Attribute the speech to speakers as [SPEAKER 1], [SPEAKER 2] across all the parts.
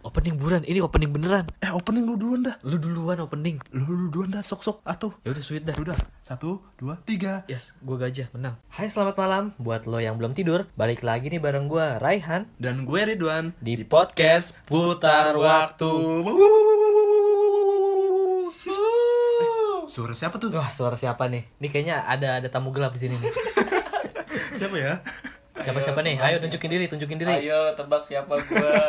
[SPEAKER 1] Opening buruan, ini opening beneran.
[SPEAKER 2] Eh opening lu duluan dah.
[SPEAKER 1] Lu duluan opening.
[SPEAKER 2] Lu, lu duluan dah sok-sok atuh.
[SPEAKER 1] Ya udah sweet dah.
[SPEAKER 2] Udah, satu, dua, tiga.
[SPEAKER 1] Yes, gua gajah menang.
[SPEAKER 3] Hai selamat malam buat lo yang belum tidur balik lagi nih bareng gua Raihan
[SPEAKER 2] Dan gue Ridwan.
[SPEAKER 3] di podcast putar waktu.
[SPEAKER 2] Suara siapa tuh?
[SPEAKER 3] Wah suara siapa nih? Ini kayaknya ada ada tamu gelap di sini nih.
[SPEAKER 2] Siapa ya?
[SPEAKER 3] Siapa siapa nih? Ayo tunjukin diri tunjukin diri.
[SPEAKER 4] Ayo tebak siapa gua.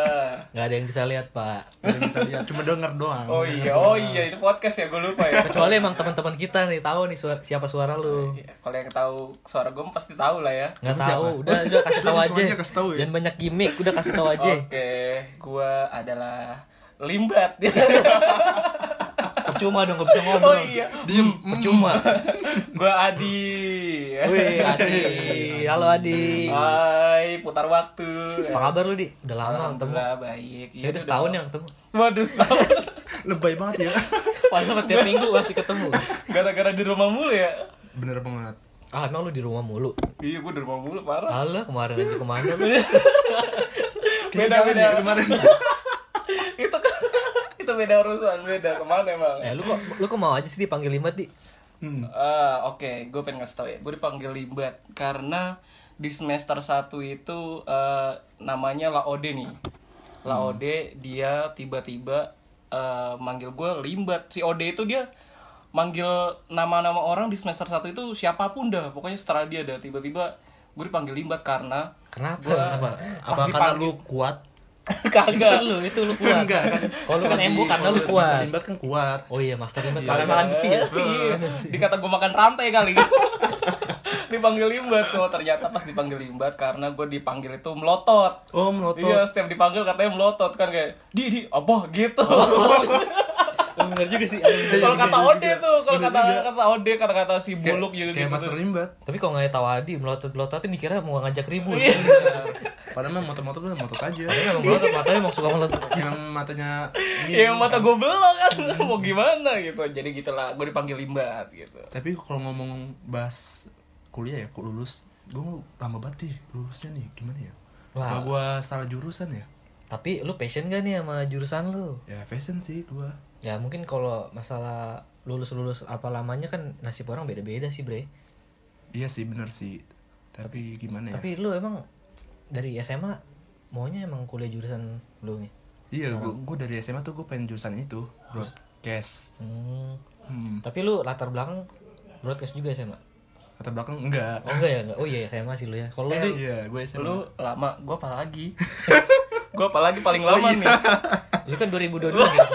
[SPEAKER 3] Gak ada yang bisa lihat pak.
[SPEAKER 2] Gak bisa lihat, cuma denger doang.
[SPEAKER 4] Oh iya, oh iya ini podcast ya gua lupa ya.
[SPEAKER 3] Kecuali emang teman-teman kita nih tahu nih suara- siapa suara lu.
[SPEAKER 4] Iya, Kalau yang tahu suara gua pasti tahu lah ya.
[SPEAKER 3] Nggak tahu. Udah udah kasih tahu
[SPEAKER 2] Udah,
[SPEAKER 3] aja.
[SPEAKER 2] semuanya kasih tahu ya.
[SPEAKER 3] Jangan banyak gimmick. Udah kasih tahu
[SPEAKER 4] Oh.
[SPEAKER 3] aja.
[SPEAKER 4] Oke, gua adalah Limbat.
[SPEAKER 3] Percuma dong gak bisa
[SPEAKER 4] oh
[SPEAKER 3] ngomong.
[SPEAKER 4] iya.
[SPEAKER 2] Diem.
[SPEAKER 3] Percuma.
[SPEAKER 4] Gua Adi.
[SPEAKER 3] Wih Adi. Halo Adi.
[SPEAKER 4] Hai, putar waktu.
[SPEAKER 3] Apa kabar lu di? Udah lama ketemu.
[SPEAKER 4] Alhamdulillah baik. Iya,
[SPEAKER 3] Ya udah setahun yang ketemu.
[SPEAKER 4] Waduh, setahun.
[SPEAKER 2] Lebay banget ya.
[SPEAKER 3] Padahal tiap minggu masih ketemu.
[SPEAKER 4] Gara-gara di rumah mulu ya.
[SPEAKER 2] Bener banget.
[SPEAKER 3] Ah, emang lu di rumah mulu.
[SPEAKER 4] Iya, gua di rumah mulu parah.
[SPEAKER 3] Alah, kemarin aja kemana lu?
[SPEAKER 4] Beda
[SPEAKER 2] Kangen ya
[SPEAKER 4] beda.
[SPEAKER 2] kemarin.
[SPEAKER 3] ya.
[SPEAKER 4] itu kan- itu beda urusan beda kemana emang
[SPEAKER 3] Eh, lu kok lu kok mau aja sih dipanggil Limat, Di?
[SPEAKER 2] Hmm.
[SPEAKER 4] Ah, oke, gue pengen ngasih tau ya. Gue dipanggil Limbat karena di semester 1 itu eh, namanya Laode nih. Laode dia tiba-tiba eh, manggil gue Limbat. Si Ode itu dia manggil nama-nama orang di semester 1 itu siapapun dah. Pokoknya setelah dia dah tiba-tiba gue dipanggil Limbat karena
[SPEAKER 3] Kenapa?
[SPEAKER 4] Gua-
[SPEAKER 3] Kenapa?
[SPEAKER 4] pas
[SPEAKER 3] Apa karena
[SPEAKER 4] dipanggil-
[SPEAKER 3] lu kuat?
[SPEAKER 4] kagak
[SPEAKER 3] Itu lu, itu lu kuat.
[SPEAKER 2] Enggak kan.
[SPEAKER 3] Kalau lu kan embo karena lu kuat.
[SPEAKER 2] Limbat kan kuat.
[SPEAKER 3] Oh iya, Master Limat
[SPEAKER 4] Makan makan besi ya. Iya. Dikata gue makan rantai kali. dipanggil limbat kok ternyata pas dipanggil limbat karena gue dipanggil itu melotot.
[SPEAKER 2] Oh, melotot.
[SPEAKER 4] Iya setiap dipanggil katanya melotot kan kayak di di apa gitu.
[SPEAKER 3] Bener juga sih. aduh.
[SPEAKER 2] Iya,
[SPEAKER 4] kalau kata
[SPEAKER 2] iya
[SPEAKER 4] Ode
[SPEAKER 2] juga.
[SPEAKER 4] tuh kalau
[SPEAKER 2] Bener
[SPEAKER 4] kata
[SPEAKER 2] juga.
[SPEAKER 4] kata Ode kata kata si buluk juga
[SPEAKER 2] Kayak
[SPEAKER 4] gitu.
[SPEAKER 2] Master Limbat.
[SPEAKER 3] Tapi kalau nggak tahu Adi melotot-melototin dikira mau ngajak ribut.
[SPEAKER 2] Padahal mah motor-motor udah motor aja.
[SPEAKER 3] Padahal emang melotot matanya emang suka melotot.
[SPEAKER 2] Yang matanya
[SPEAKER 4] Iya yang mata gue belok kan mau gimana gitu. Jadi gitulah gue dipanggil limbat gitu.
[SPEAKER 2] Tapi kalau ngomong bahas kuliah ya, kok lulus, gue lama banget nih lulusnya nih, gimana ya?
[SPEAKER 3] Wah.
[SPEAKER 2] Apa gue salah jurusan ya?
[SPEAKER 3] Tapi lu passion gak nih sama jurusan lu?
[SPEAKER 2] Ya fashion sih gue.
[SPEAKER 3] Ya mungkin kalau masalah lulus-lulus apa lamanya kan nasib orang beda-beda sih, Bre.
[SPEAKER 2] Iya sih bener sih. Tapi gimana ya?
[SPEAKER 3] Tapi lu emang dari SMA maunya emang kuliah jurusan lu nih?
[SPEAKER 2] iya, gue dari SMA tuh gue pengen jurusan itu, broadcast.
[SPEAKER 3] Hmm.
[SPEAKER 2] Hmm.
[SPEAKER 3] Tapi lu latar belakang broadcast juga SMA?
[SPEAKER 2] Kata belakang enggak.
[SPEAKER 3] Oh enggak ya? Enggak. Oh iya SMA sih lu ya. Kalau lu Di,
[SPEAKER 2] Iya, gue SMA.
[SPEAKER 4] Lu lama, gue apa lagi? gue apa lagi paling lama nih.
[SPEAKER 3] lu kan 2022 gitu.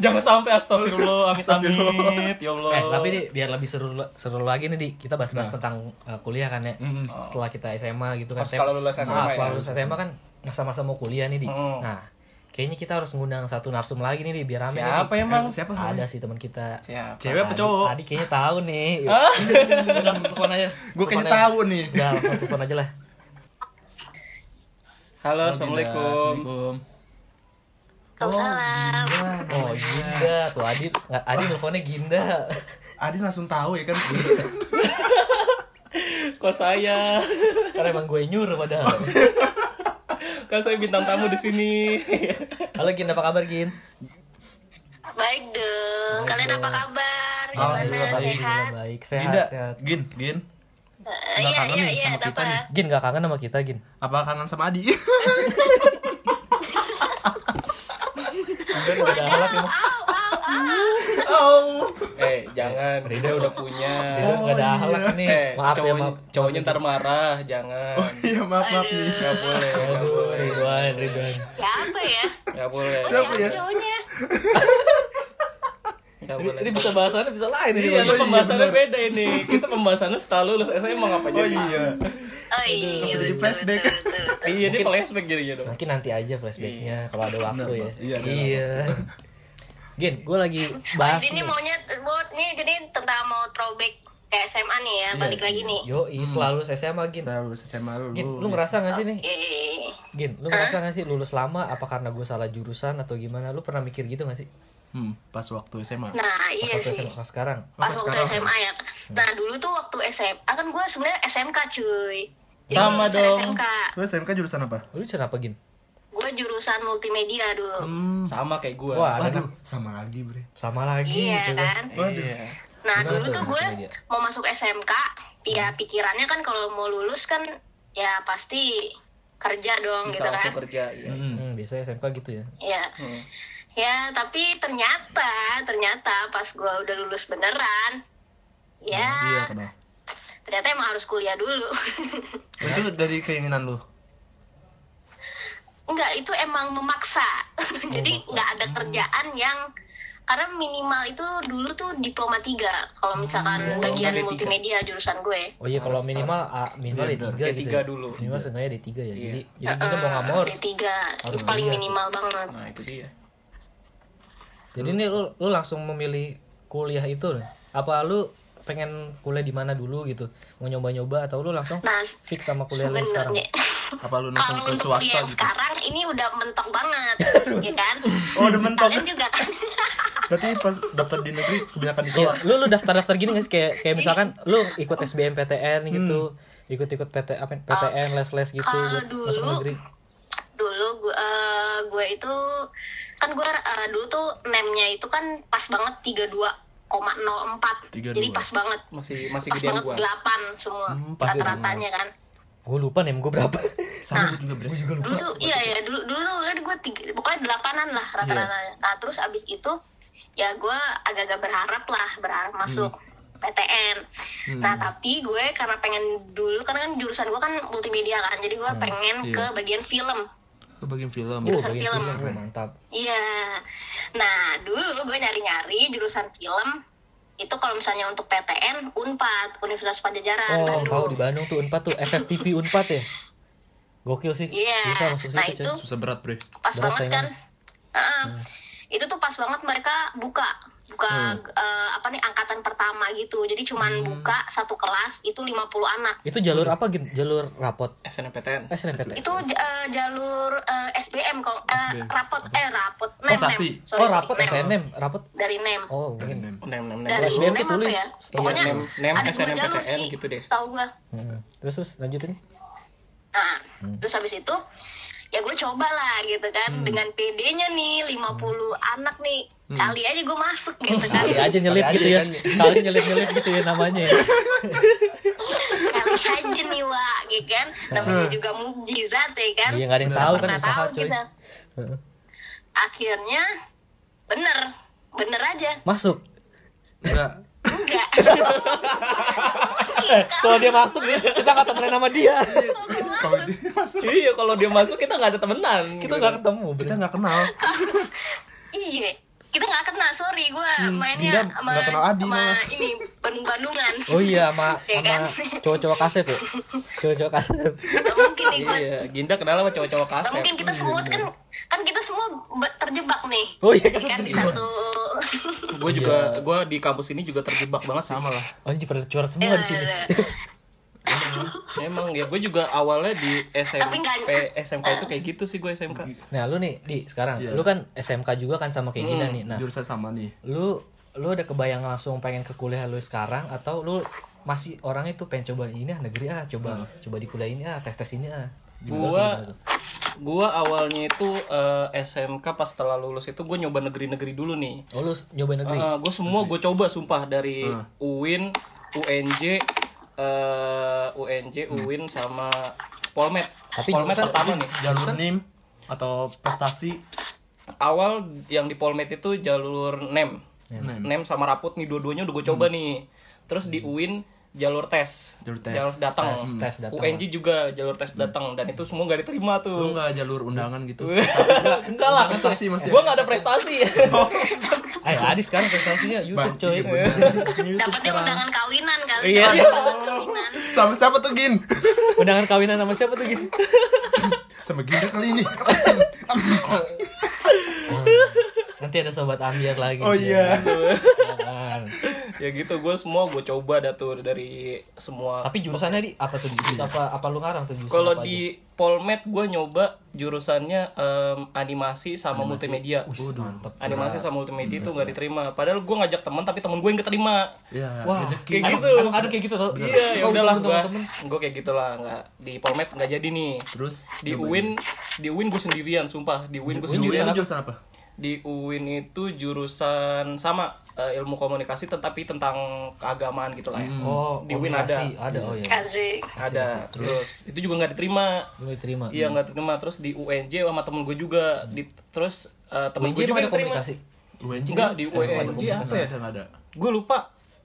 [SPEAKER 4] Jangan sampai astagfirullah, amit amit, ya Allah.
[SPEAKER 3] Eh, tapi Di, biar lebih seru seru lagi nih, Di. Kita bahas-bahas tentang uh, kuliah kan ya.
[SPEAKER 2] Mm.
[SPEAKER 3] Setelah kita SMA gitu kan.
[SPEAKER 4] Pas kalau lulus SMA
[SPEAKER 3] Nah,
[SPEAKER 4] ya.
[SPEAKER 3] setelah lulus SMA kan masa-masa mau kuliah nih, Di.
[SPEAKER 4] Mm.
[SPEAKER 3] Nah, kayaknya kita harus ngundang satu narsum lagi nih, Di, biar rame. nih, Di.
[SPEAKER 4] siapa ya, emang?
[SPEAKER 2] Eh, siapa?
[SPEAKER 3] Ada sih teman kita.
[SPEAKER 4] Siapa?
[SPEAKER 2] Cewek apa
[SPEAKER 3] Adi-
[SPEAKER 2] cowok?
[SPEAKER 3] Adi kayaknya tahu nih. Udah langsung telepon aja.
[SPEAKER 2] Gue kayaknya
[SPEAKER 3] Telepon aja.
[SPEAKER 2] tahu nih.
[SPEAKER 3] Udah langsung telepon aja lah.
[SPEAKER 4] Halo,
[SPEAKER 2] Gila,
[SPEAKER 4] assalamualaikum.
[SPEAKER 2] Assalamualaikum.
[SPEAKER 5] Waalaikumsalam.
[SPEAKER 3] Oh Ginda, tuh Adi, nggak Adi teleponnya Ginda.
[SPEAKER 2] Adi langsung tahu ya kan.
[SPEAKER 4] Kok saya?
[SPEAKER 3] Karena emang gue nyuruh padahal.
[SPEAKER 4] Kan saya bintang tamu di sini.
[SPEAKER 3] Halo Gin, apa kabar Gin?
[SPEAKER 5] Baik dong. Kalian apa kabar?
[SPEAKER 3] Alhamdulillah
[SPEAKER 5] Gimana
[SPEAKER 3] baik,
[SPEAKER 5] sehat?
[SPEAKER 3] Alhamdulillah baik, sehat,
[SPEAKER 2] Ginda,
[SPEAKER 3] sehat.
[SPEAKER 2] Gin, Gin.
[SPEAKER 5] Eh,
[SPEAKER 2] Nggak
[SPEAKER 5] Iya,
[SPEAKER 2] kangen
[SPEAKER 5] iya,
[SPEAKER 2] nih
[SPEAKER 5] iya,
[SPEAKER 2] sama kita
[SPEAKER 5] apa?
[SPEAKER 2] nih.
[SPEAKER 3] Gin gak kangen sama kita Gin?
[SPEAKER 2] Apa kangen sama Adi?
[SPEAKER 3] Gin udah halak emang.
[SPEAKER 2] oh.
[SPEAKER 4] eh, jangan. Rida udah punya.
[SPEAKER 3] Gin udah ada halak nih.
[SPEAKER 4] Eh, Oh.
[SPEAKER 3] Maaf ya
[SPEAKER 4] cowoknya,
[SPEAKER 3] maaf.
[SPEAKER 4] cowoknya ntar marah, jangan.
[SPEAKER 2] Iya, maaf maaf nih.
[SPEAKER 4] Gak boleh, gak
[SPEAKER 3] Aduh,
[SPEAKER 4] boleh,
[SPEAKER 3] Ridwan, Ridwan.
[SPEAKER 5] Siapa ya?
[SPEAKER 4] gak boleh,
[SPEAKER 2] Siapa ya?
[SPEAKER 5] Cowoknya.
[SPEAKER 4] gak boleh.
[SPEAKER 3] Ini bisa bahasannya bisa lain ini.
[SPEAKER 4] Iya, ini
[SPEAKER 3] Bang.
[SPEAKER 4] pembahasannya beda ini. Kita pembahasannya setelah lulus SMA apa
[SPEAKER 2] Oh
[SPEAKER 4] jadi.
[SPEAKER 2] iya.
[SPEAKER 5] Oh iya.
[SPEAKER 2] jadi
[SPEAKER 5] betul,
[SPEAKER 2] flashback.
[SPEAKER 5] betul, betul, betul.
[SPEAKER 4] Iya, ini flashback jadinya dong.
[SPEAKER 3] Mungkin nanti aja flashbacknya kalau ada waktu ya.
[SPEAKER 2] Bang. Iya, benar,
[SPEAKER 3] Gin, gue lagi
[SPEAKER 5] Oh,
[SPEAKER 3] bahas
[SPEAKER 5] jadi
[SPEAKER 3] nih.
[SPEAKER 5] ini maunya buat nih jadi tentang mau throwback ke SMA nih ya, balik lagi nih.
[SPEAKER 3] Yo, Hmm. selalu SMA Gin.
[SPEAKER 2] Setelah lulus SMA lu.
[SPEAKER 3] Gin, lu ngerasa gak sih nih?
[SPEAKER 5] Eh,
[SPEAKER 3] Gin, lu ngerasa gak sih lulus lama apa karena gue salah jurusan atau gimana? Lu pernah mikir gitu gak sih?
[SPEAKER 2] Hmm, pas waktu SMA.
[SPEAKER 5] Nah,
[SPEAKER 3] Pas
[SPEAKER 5] iya
[SPEAKER 3] waktu
[SPEAKER 5] sih.
[SPEAKER 3] SMA pas sekarang.
[SPEAKER 5] Pas
[SPEAKER 2] Pas
[SPEAKER 5] waktu
[SPEAKER 2] sekarang.
[SPEAKER 5] SMA ya. Nah, dulu tuh waktu SMA kan gue sebenarnya SMK cuy. Jadi
[SPEAKER 4] Sama
[SPEAKER 5] lulusan
[SPEAKER 4] dong.
[SPEAKER 5] SMK.
[SPEAKER 2] Lu SMK jurusan apa?
[SPEAKER 3] Lu jurusan apa Gin?
[SPEAKER 5] gue jurusan multimedia dulu
[SPEAKER 4] Sama kayak gue.
[SPEAKER 3] Wah, ada
[SPEAKER 2] Waduh,
[SPEAKER 3] anak-
[SPEAKER 2] sama lagi bre.
[SPEAKER 3] sama lagi gitu.
[SPEAKER 5] iya
[SPEAKER 3] itu.
[SPEAKER 5] kan
[SPEAKER 4] Waduh.
[SPEAKER 5] Nah
[SPEAKER 3] Gimana
[SPEAKER 5] dulu
[SPEAKER 3] tuh
[SPEAKER 5] tuh gue
[SPEAKER 3] multimedia?
[SPEAKER 5] mau masuk SMK,
[SPEAKER 4] Hmm.
[SPEAKER 5] ya pikirannya kan kalau mau lulus kan ya pasti kerja dong
[SPEAKER 4] Bisa
[SPEAKER 5] gitu kan.
[SPEAKER 4] langsung kerja. Iya.
[SPEAKER 3] Hmm, biasanya SMK gitu ya.
[SPEAKER 5] Ya.
[SPEAKER 4] Hmm.
[SPEAKER 5] Ya tapi ternyata ternyata pas gue udah lulus beneran, ya
[SPEAKER 4] Hmm,
[SPEAKER 2] Iya kenapa?
[SPEAKER 5] ternyata emang harus kuliah dulu.
[SPEAKER 2] Itu dari keinginan lu.
[SPEAKER 5] Enggak itu emang memaksa. Jadi nggak ada kerjaan
[SPEAKER 4] Hmm.
[SPEAKER 5] yang karena minimal itu dulu tuh diploma 3 kalau
[SPEAKER 4] Oh,
[SPEAKER 5] misalkan bagian
[SPEAKER 4] D3.
[SPEAKER 5] multimedia jurusan gue.
[SPEAKER 3] Oh iya kalau
[SPEAKER 4] Harus-
[SPEAKER 3] minimal A, minimal D3
[SPEAKER 2] Iya,
[SPEAKER 4] bener.
[SPEAKER 3] gitu.
[SPEAKER 4] D3
[SPEAKER 3] ya.
[SPEAKER 4] dulu.
[SPEAKER 3] Minimal sengaja D3 ya.
[SPEAKER 4] Iya.
[SPEAKER 3] Jadi jadi kita mau nggak mau harus.
[SPEAKER 5] D3
[SPEAKER 3] harus
[SPEAKER 5] Eh, itu paling
[SPEAKER 2] ya,
[SPEAKER 3] kuliah sih.
[SPEAKER 5] minimal banget.
[SPEAKER 4] Nah itu dia.
[SPEAKER 3] Jadi ini lu, lu langsung memilih kuliah itu loh. Apa lu pengen kuliah di mana dulu gitu? Mau nyoba-nyoba atau lu langsung
[SPEAKER 5] Nah, Iya.
[SPEAKER 3] fix sama kuliah lu sekarang?
[SPEAKER 5] sebenarnya
[SPEAKER 2] Apa lu langsung
[SPEAKER 5] kalau
[SPEAKER 2] ke
[SPEAKER 5] untuk
[SPEAKER 2] swasta
[SPEAKER 5] kuliah yang
[SPEAKER 2] gitu?
[SPEAKER 5] sekarang ini udah mentok banget ya kan
[SPEAKER 2] Oh, udah mentok.
[SPEAKER 5] kalian juga kan
[SPEAKER 2] Berarti pas daftar di negeri kebanyakan
[SPEAKER 3] Iya,
[SPEAKER 2] ditolak.
[SPEAKER 3] lu lu daftar-daftar gini gak sih kayak kayak misalkan lu ikut SBMPTN gitu, ikut-ikut PT apa PTN les-les gitu
[SPEAKER 5] Oh. Kalau
[SPEAKER 3] buat masuk
[SPEAKER 5] dulu-
[SPEAKER 3] negeri.
[SPEAKER 5] dulu gue gue itu kan gue eh, dulu tuh nemnya itu kan pas banget 32,04
[SPEAKER 2] 32.
[SPEAKER 5] jadi pas banget
[SPEAKER 4] Masih masih
[SPEAKER 5] pas
[SPEAKER 4] gedean gue.
[SPEAKER 5] banget 8 semua
[SPEAKER 2] Hmm, pas
[SPEAKER 5] rata-ratanya kan
[SPEAKER 3] Gue lupa nih gue berapa.
[SPEAKER 2] Sama gue juga bre.
[SPEAKER 5] dulu tuh iya ya dulu dulu tuh kan gue tiga, pokoknya delapanan lah
[SPEAKER 3] Iya.
[SPEAKER 5] rata-ratanya nah terus abis itu ya gue agak-agak berharap lah berharap
[SPEAKER 3] Hmm.
[SPEAKER 5] masuk PTN nah tapi gue karena pengen dulu karena kan jurusan gue kan multimedia kan jadi
[SPEAKER 3] Hmm.
[SPEAKER 5] gue pengen
[SPEAKER 2] iya.
[SPEAKER 5] ke bagian film
[SPEAKER 2] Lu bagian
[SPEAKER 3] Oh,
[SPEAKER 2] film.
[SPEAKER 5] Jurusan
[SPEAKER 3] bagi
[SPEAKER 5] film.
[SPEAKER 3] film. Oh, mantap.
[SPEAKER 5] Iya. Nah, dulu gue nyari-nyari jurusan film itu kalau misalnya untuk PTN Unpad, Universitas Pajajaran
[SPEAKER 3] Oh,
[SPEAKER 5] Bandung.
[SPEAKER 3] tahu di Bandung tuh Unpad tuh FFTV Unpad ya. Gokil sih.
[SPEAKER 5] Iya,
[SPEAKER 3] Bisa masuk
[SPEAKER 5] nah
[SPEAKER 3] situ,
[SPEAKER 5] itu
[SPEAKER 3] coy.
[SPEAKER 2] Susah berat bre.
[SPEAKER 5] pas
[SPEAKER 3] Berat
[SPEAKER 5] banget kan.
[SPEAKER 3] saingan.
[SPEAKER 5] Heeh.
[SPEAKER 3] Hmm.
[SPEAKER 5] Itu tuh pas banget mereka buka buka
[SPEAKER 3] Hmm.
[SPEAKER 5] eh, apa nih angkatan pertama gitu. Jadi cuman buka satu kelas itu 50 anak.
[SPEAKER 3] Itu jalur apa gitu? Jalur rapot.
[SPEAKER 4] SNMPTN.
[SPEAKER 3] Eh, SNMPTN.
[SPEAKER 5] Itu eh, jalur eh, SBM kok eh,
[SPEAKER 2] SBM.
[SPEAKER 5] rapot eh rapot
[SPEAKER 2] Prestasi.
[SPEAKER 5] Sorry,
[SPEAKER 3] Oh,
[SPEAKER 5] sorry,
[SPEAKER 3] rapot
[SPEAKER 5] Nem.
[SPEAKER 3] SNM, rapot.
[SPEAKER 5] Dari NEM.
[SPEAKER 3] Oh,
[SPEAKER 2] Dari
[SPEAKER 3] mungkin.
[SPEAKER 2] nem.
[SPEAKER 4] Nem nem nem.
[SPEAKER 5] Dari
[SPEAKER 3] Kalau SBM
[SPEAKER 5] NEM apa
[SPEAKER 3] ditulis.
[SPEAKER 5] ya?
[SPEAKER 3] Iya,
[SPEAKER 5] Pokoknya
[SPEAKER 4] NEM, NEM,
[SPEAKER 5] ada dua jalur
[SPEAKER 4] SNMPTN
[SPEAKER 5] sih,
[SPEAKER 4] gitu deh.
[SPEAKER 5] setahu gua.
[SPEAKER 3] Heeh. Terus terus lanjutin.
[SPEAKER 5] Nah,
[SPEAKER 3] Hmm.
[SPEAKER 5] terus habis itu ya gue coba lah gitu kan dengan PD-nya nih 50 anak nih kali aja gue masuk gitu kan
[SPEAKER 3] Kali Hmm. aja nyelip
[SPEAKER 2] Kali
[SPEAKER 3] gitu
[SPEAKER 2] aja
[SPEAKER 3] ya. Kali nyelip-nyelip gitu ya namanya ya.
[SPEAKER 5] kali aja nih wa gitu kan namanya juga mukjizat ya kan
[SPEAKER 3] Iya, nggak ada yang
[SPEAKER 5] Nggak
[SPEAKER 3] tahu kan
[SPEAKER 5] pernah
[SPEAKER 3] usaha,
[SPEAKER 5] tahu
[SPEAKER 3] coy.
[SPEAKER 5] kita. akhirnya bener bener aja
[SPEAKER 3] Masuk.
[SPEAKER 2] Enggak.
[SPEAKER 5] enggak
[SPEAKER 3] Kalau dia masuk dia kita nggak temenan sama dia.
[SPEAKER 2] Kalau di-
[SPEAKER 4] Iya kalau dia masuk kita nggak ada temenan.
[SPEAKER 3] Kita nggak ketemu.
[SPEAKER 2] kita
[SPEAKER 3] bener.
[SPEAKER 2] nggak kenal.
[SPEAKER 5] iya kita nggak kena sorry gue
[SPEAKER 3] Hmm,
[SPEAKER 2] Dinda
[SPEAKER 5] mainnya sama,
[SPEAKER 2] nggak kenal Adi
[SPEAKER 5] sama
[SPEAKER 2] malah.
[SPEAKER 5] ini Bandung Bandungan
[SPEAKER 3] Oh iya, sama
[SPEAKER 5] Iya kan?
[SPEAKER 3] sama cowok-cowok kasep ya. Cowok-cowok kasep.
[SPEAKER 5] mungkin nih gue
[SPEAKER 4] Iya, Ginda kenal sama cowok-cowok
[SPEAKER 5] Nggak
[SPEAKER 4] kaset.
[SPEAKER 5] mungkin kita semua
[SPEAKER 3] Iya,
[SPEAKER 5] kan kan kita semua be- terjebak nih
[SPEAKER 3] Oh iya kan.
[SPEAKER 5] kan di satu
[SPEAKER 4] Gue juga, gue di kampus ini juga terjebak banget sih.
[SPEAKER 2] Sama lah.
[SPEAKER 3] Oh, ini pada curhat semua di
[SPEAKER 5] Iya,
[SPEAKER 3] sini.
[SPEAKER 4] Emang ya, gue juga awalnya di
[SPEAKER 5] Tapi nggak-
[SPEAKER 4] SMP, SMK itu kayak gitu sih gue SMK.
[SPEAKER 3] Nah, lu nih, di sekarang
[SPEAKER 2] Iya.
[SPEAKER 3] lu kan SMK juga kan sama kayak Gina nih. Nah,
[SPEAKER 2] Jurusan sama nih.
[SPEAKER 3] lu lu ada kebayang langsung pengen ke kuliah lu sekarang atau lu masih orang itu pengen coba ini ah negeri ah coba coba di kuliah ini ah tes tes ini ah
[SPEAKER 4] Gua- Gue awalnya itu eh, SMK pas setelah lulus itu gue nyoba negeri-negeri dulu nih.
[SPEAKER 3] oh lu nyoba negeri
[SPEAKER 4] gue Eh, semua gue coba sumpah dari UIN, UNJ, eh, UNJ, UIN sama Polmed.
[SPEAKER 3] Tapi
[SPEAKER 4] Polmed
[SPEAKER 3] jurusan-
[SPEAKER 4] pertama nih.
[SPEAKER 2] Jalur nim atau prestasi.
[SPEAKER 4] Awal yang di Polmed itu jalur NEM.
[SPEAKER 2] Nem.
[SPEAKER 4] NEM sama rapot nih dua-duanya udah gue coba nih. Terus di UIN jalur tes.
[SPEAKER 2] Jalur tes.
[SPEAKER 4] datang.
[SPEAKER 3] Tes- tes datang.
[SPEAKER 4] UNJ juga jalur tes datang dan itu semua gak diterima
[SPEAKER 2] Lu
[SPEAKER 4] tuh.
[SPEAKER 2] nggak jalur undangan gitu.
[SPEAKER 4] Enggak lah.
[SPEAKER 2] Prestasi maksudnya.
[SPEAKER 4] Gue gak ada prestasi.
[SPEAKER 3] eh Adi sekarang prestasinya YouTube
[SPEAKER 2] Bang,
[SPEAKER 3] coy
[SPEAKER 2] iya bener. Prestasinya YouTube
[SPEAKER 5] dapatnya
[SPEAKER 2] sekarang.
[SPEAKER 5] undangan kawinan kali
[SPEAKER 4] Iya.
[SPEAKER 5] kawinan
[SPEAKER 2] Sama siapa tuh Gin?
[SPEAKER 3] undangan kawinan sama siapa tuh gini
[SPEAKER 2] Sama Ginda kali ini.
[SPEAKER 3] nanti ada sobat ambiar lagi
[SPEAKER 2] Oh iya.
[SPEAKER 3] Jangan.
[SPEAKER 4] ya gitu gue semua gue coba dah tuh dari semua
[SPEAKER 3] Tapi jurusannya di apa tuh? Di,
[SPEAKER 2] Iya.
[SPEAKER 3] apa apa lu ngarang tuh jurusan
[SPEAKER 4] kalau
[SPEAKER 3] apa aja?
[SPEAKER 4] di Polmed gue nyoba jurusannya em, animasi sama multimedia
[SPEAKER 3] Wih, mantep.
[SPEAKER 4] animasi sama multimedia itu nggak diterima padahal gue ngajak teman tapi temen gue yang keterima
[SPEAKER 2] ya
[SPEAKER 3] Wah,
[SPEAKER 2] rezeki
[SPEAKER 4] kayak
[SPEAKER 3] Emang-
[SPEAKER 4] gitu.
[SPEAKER 3] Emang ada kayak gitu tau?
[SPEAKER 4] iya ya udahlah gue
[SPEAKER 3] temen-temen.
[SPEAKER 4] gue kayak gitulah nggak di Polmed nggak jadi nih
[SPEAKER 2] terus
[SPEAKER 4] di UIN di UIN gue sendirian sumpah di UIN
[SPEAKER 2] Lu
[SPEAKER 4] gue sendirian
[SPEAKER 2] jurusan, jurusan apa
[SPEAKER 4] di UIN itu jurusan sama eh, ilmu komunikasi tetapi tentang keagamaan gitu lah ya.
[SPEAKER 3] Oh,
[SPEAKER 4] di UIN
[SPEAKER 3] kombinasi. Ada,
[SPEAKER 4] ada.
[SPEAKER 3] oh iya.
[SPEAKER 5] Kasih.
[SPEAKER 4] Ada. Terus. itu juga nggak diterima.
[SPEAKER 3] Gue terima.
[SPEAKER 4] Iya nggak terima terus di UNJ sama temen gue juga di terus eh, temen
[SPEAKER 3] UNJ
[SPEAKER 4] gue juga
[SPEAKER 3] emang ada
[SPEAKER 4] yang terima.
[SPEAKER 3] komunikasi.
[SPEAKER 2] UNJ
[SPEAKER 4] Enggak, di
[SPEAKER 2] Setelah
[SPEAKER 4] UNJ
[SPEAKER 2] komunikasi
[SPEAKER 4] apa ya?
[SPEAKER 2] ada nggak ada
[SPEAKER 4] Gue lupa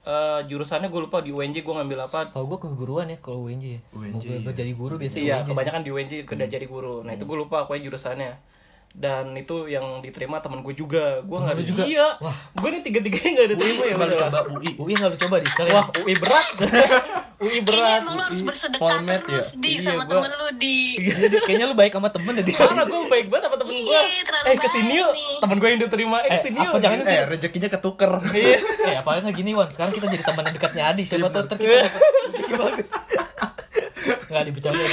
[SPEAKER 4] eh, jurusannya gue lupa di UNJ gue ngambil apa.
[SPEAKER 3] Tahu gue keguruan ya kalau UNJ ya.
[SPEAKER 2] UNJ,
[SPEAKER 3] Mau gue
[SPEAKER 2] iya.
[SPEAKER 3] jadi guru biasanya.
[SPEAKER 4] Iya
[SPEAKER 3] UNJ.
[SPEAKER 4] kebanyakan di UNJ kerja jadi guru. Nah itu gue lupa apa jurusannya. Dan itu yang diterima temen gue juga. Gue nggak ada juga. Iya. Gue nih tiga tiganya nggak diterima ya.
[SPEAKER 2] baru
[SPEAKER 4] udahlah.
[SPEAKER 2] coba UI
[SPEAKER 3] UI nggak lu coba di sekali.
[SPEAKER 4] Wah, UI berat. UI
[SPEAKER 5] Kayaknya
[SPEAKER 4] berat.
[SPEAKER 5] Iya, emang lu harus bersedekah
[SPEAKER 2] Polmed
[SPEAKER 5] terus
[SPEAKER 4] ya?
[SPEAKER 5] di
[SPEAKER 4] Iya,
[SPEAKER 5] sama
[SPEAKER 4] gua-
[SPEAKER 5] temen lu di.
[SPEAKER 3] Kayaknya lu baik sama temen deh.
[SPEAKER 4] Parah gue baik banget sama temen gue.
[SPEAKER 5] Iya, terlalu
[SPEAKER 4] Eh kesini
[SPEAKER 5] baik
[SPEAKER 4] yuk,
[SPEAKER 5] nih.
[SPEAKER 4] temen gue yang diterima. Eh kesini yuk.
[SPEAKER 3] apa jangan
[SPEAKER 2] eh rezekinya ketuker
[SPEAKER 4] Iya.
[SPEAKER 3] Eh, apalagi nggak gini Wan. Sekarang kita jadi teman dekatnya Adi. Siapa tahu ntar kita nggak dibicarain.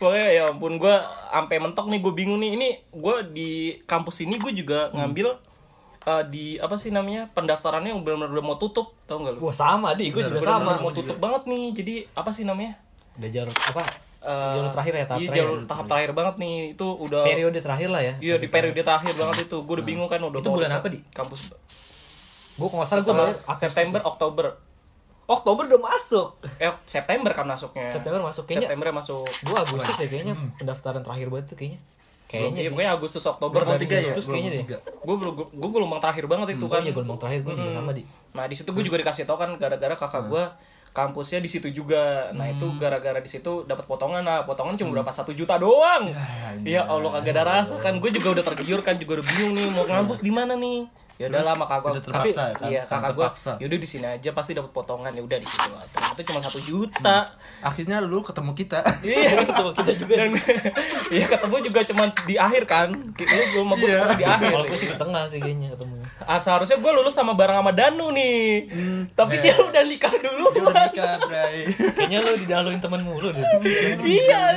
[SPEAKER 4] Pokoknya ya ampun gue sampai mentok nih gue bingung nih. Ini gue di kampus ini gue juga
[SPEAKER 3] Hmm.
[SPEAKER 4] ngambil eh, di apa sih namanya pendaftarannya yang benar-benar udah mau tutup tau nggak lu?
[SPEAKER 3] Wah sama Adi, gue juga sama.
[SPEAKER 4] Benar-benar mau tutup banget nih. Jadi apa sih namanya?
[SPEAKER 3] Udah jalur apa?
[SPEAKER 4] Eh,
[SPEAKER 3] jalur terakhir ya tahap
[SPEAKER 4] iya,
[SPEAKER 3] terakhir.
[SPEAKER 4] jalur tahap terakhir banget nih itu udah
[SPEAKER 3] Periode terakhir lah ya.
[SPEAKER 4] iya di periode terakhir banget itu gue udah bingung kan udah
[SPEAKER 3] Itu
[SPEAKER 4] mau
[SPEAKER 3] bulan
[SPEAKER 4] dekat
[SPEAKER 3] apa, Di?
[SPEAKER 4] kampus
[SPEAKER 3] Gue kalau nggak salah gue
[SPEAKER 4] Eh,
[SPEAKER 3] baru
[SPEAKER 4] September Oktober
[SPEAKER 3] Oktober udah masuk.
[SPEAKER 4] eh September kan masuknya
[SPEAKER 3] September masuk kayaknya.
[SPEAKER 4] September masuk
[SPEAKER 3] Gue Agustus ya kayaknya pendaftaran terakhir banget tuh kayaknya. Kayaknya
[SPEAKER 4] Hmm. Iya,
[SPEAKER 3] sih.
[SPEAKER 4] pokoknya Agustus Oktober kan.
[SPEAKER 3] Gelombang
[SPEAKER 4] dari
[SPEAKER 3] tiga ya?
[SPEAKER 2] Terus
[SPEAKER 3] Terus kayaknya deh.
[SPEAKER 4] gue belum gue gelombang terakhir banget itu
[SPEAKER 3] Oh
[SPEAKER 4] kan
[SPEAKER 3] iya gelombang terakhir gue juga sama di.
[SPEAKER 4] nah di situ gue juga dikasih tau kan gara-gara kakak gue kampusnya di situ juga nah itu gara-gara di situ dapat potongan lah potongan cuma berapa satu juta doang ya, allah kagak ada rasa kan gue juga udah tergiur kan juga udah bingung nih mau ngampus di mana nih ya udah
[SPEAKER 2] Terus
[SPEAKER 4] lama kakak
[SPEAKER 2] udah terpaksa ya, kan?
[SPEAKER 4] iya
[SPEAKER 2] Kan
[SPEAKER 4] kakak gue
[SPEAKER 2] terpaksa.
[SPEAKER 4] yaudah di sini aja pasti dapat potongan ya udah di situ lah ternyata cuma satu juta
[SPEAKER 2] akhirnya lu ketemu kita
[SPEAKER 4] Iya ketemu kita juga dan iya ketemu juga cuman di akhir kan. Kita belum mau di akhir.
[SPEAKER 3] Kalau gue sih ke tengah sih kayaknya ketemunya.
[SPEAKER 4] Ah, seharusnya gue lulus sama bareng sama Danu nih. Tapi dia udah nikah dulu.
[SPEAKER 2] Hmm, iya. dia udah nikah bray
[SPEAKER 3] Kayaknya lo didaluin temen mulu deh.
[SPEAKER 4] iya,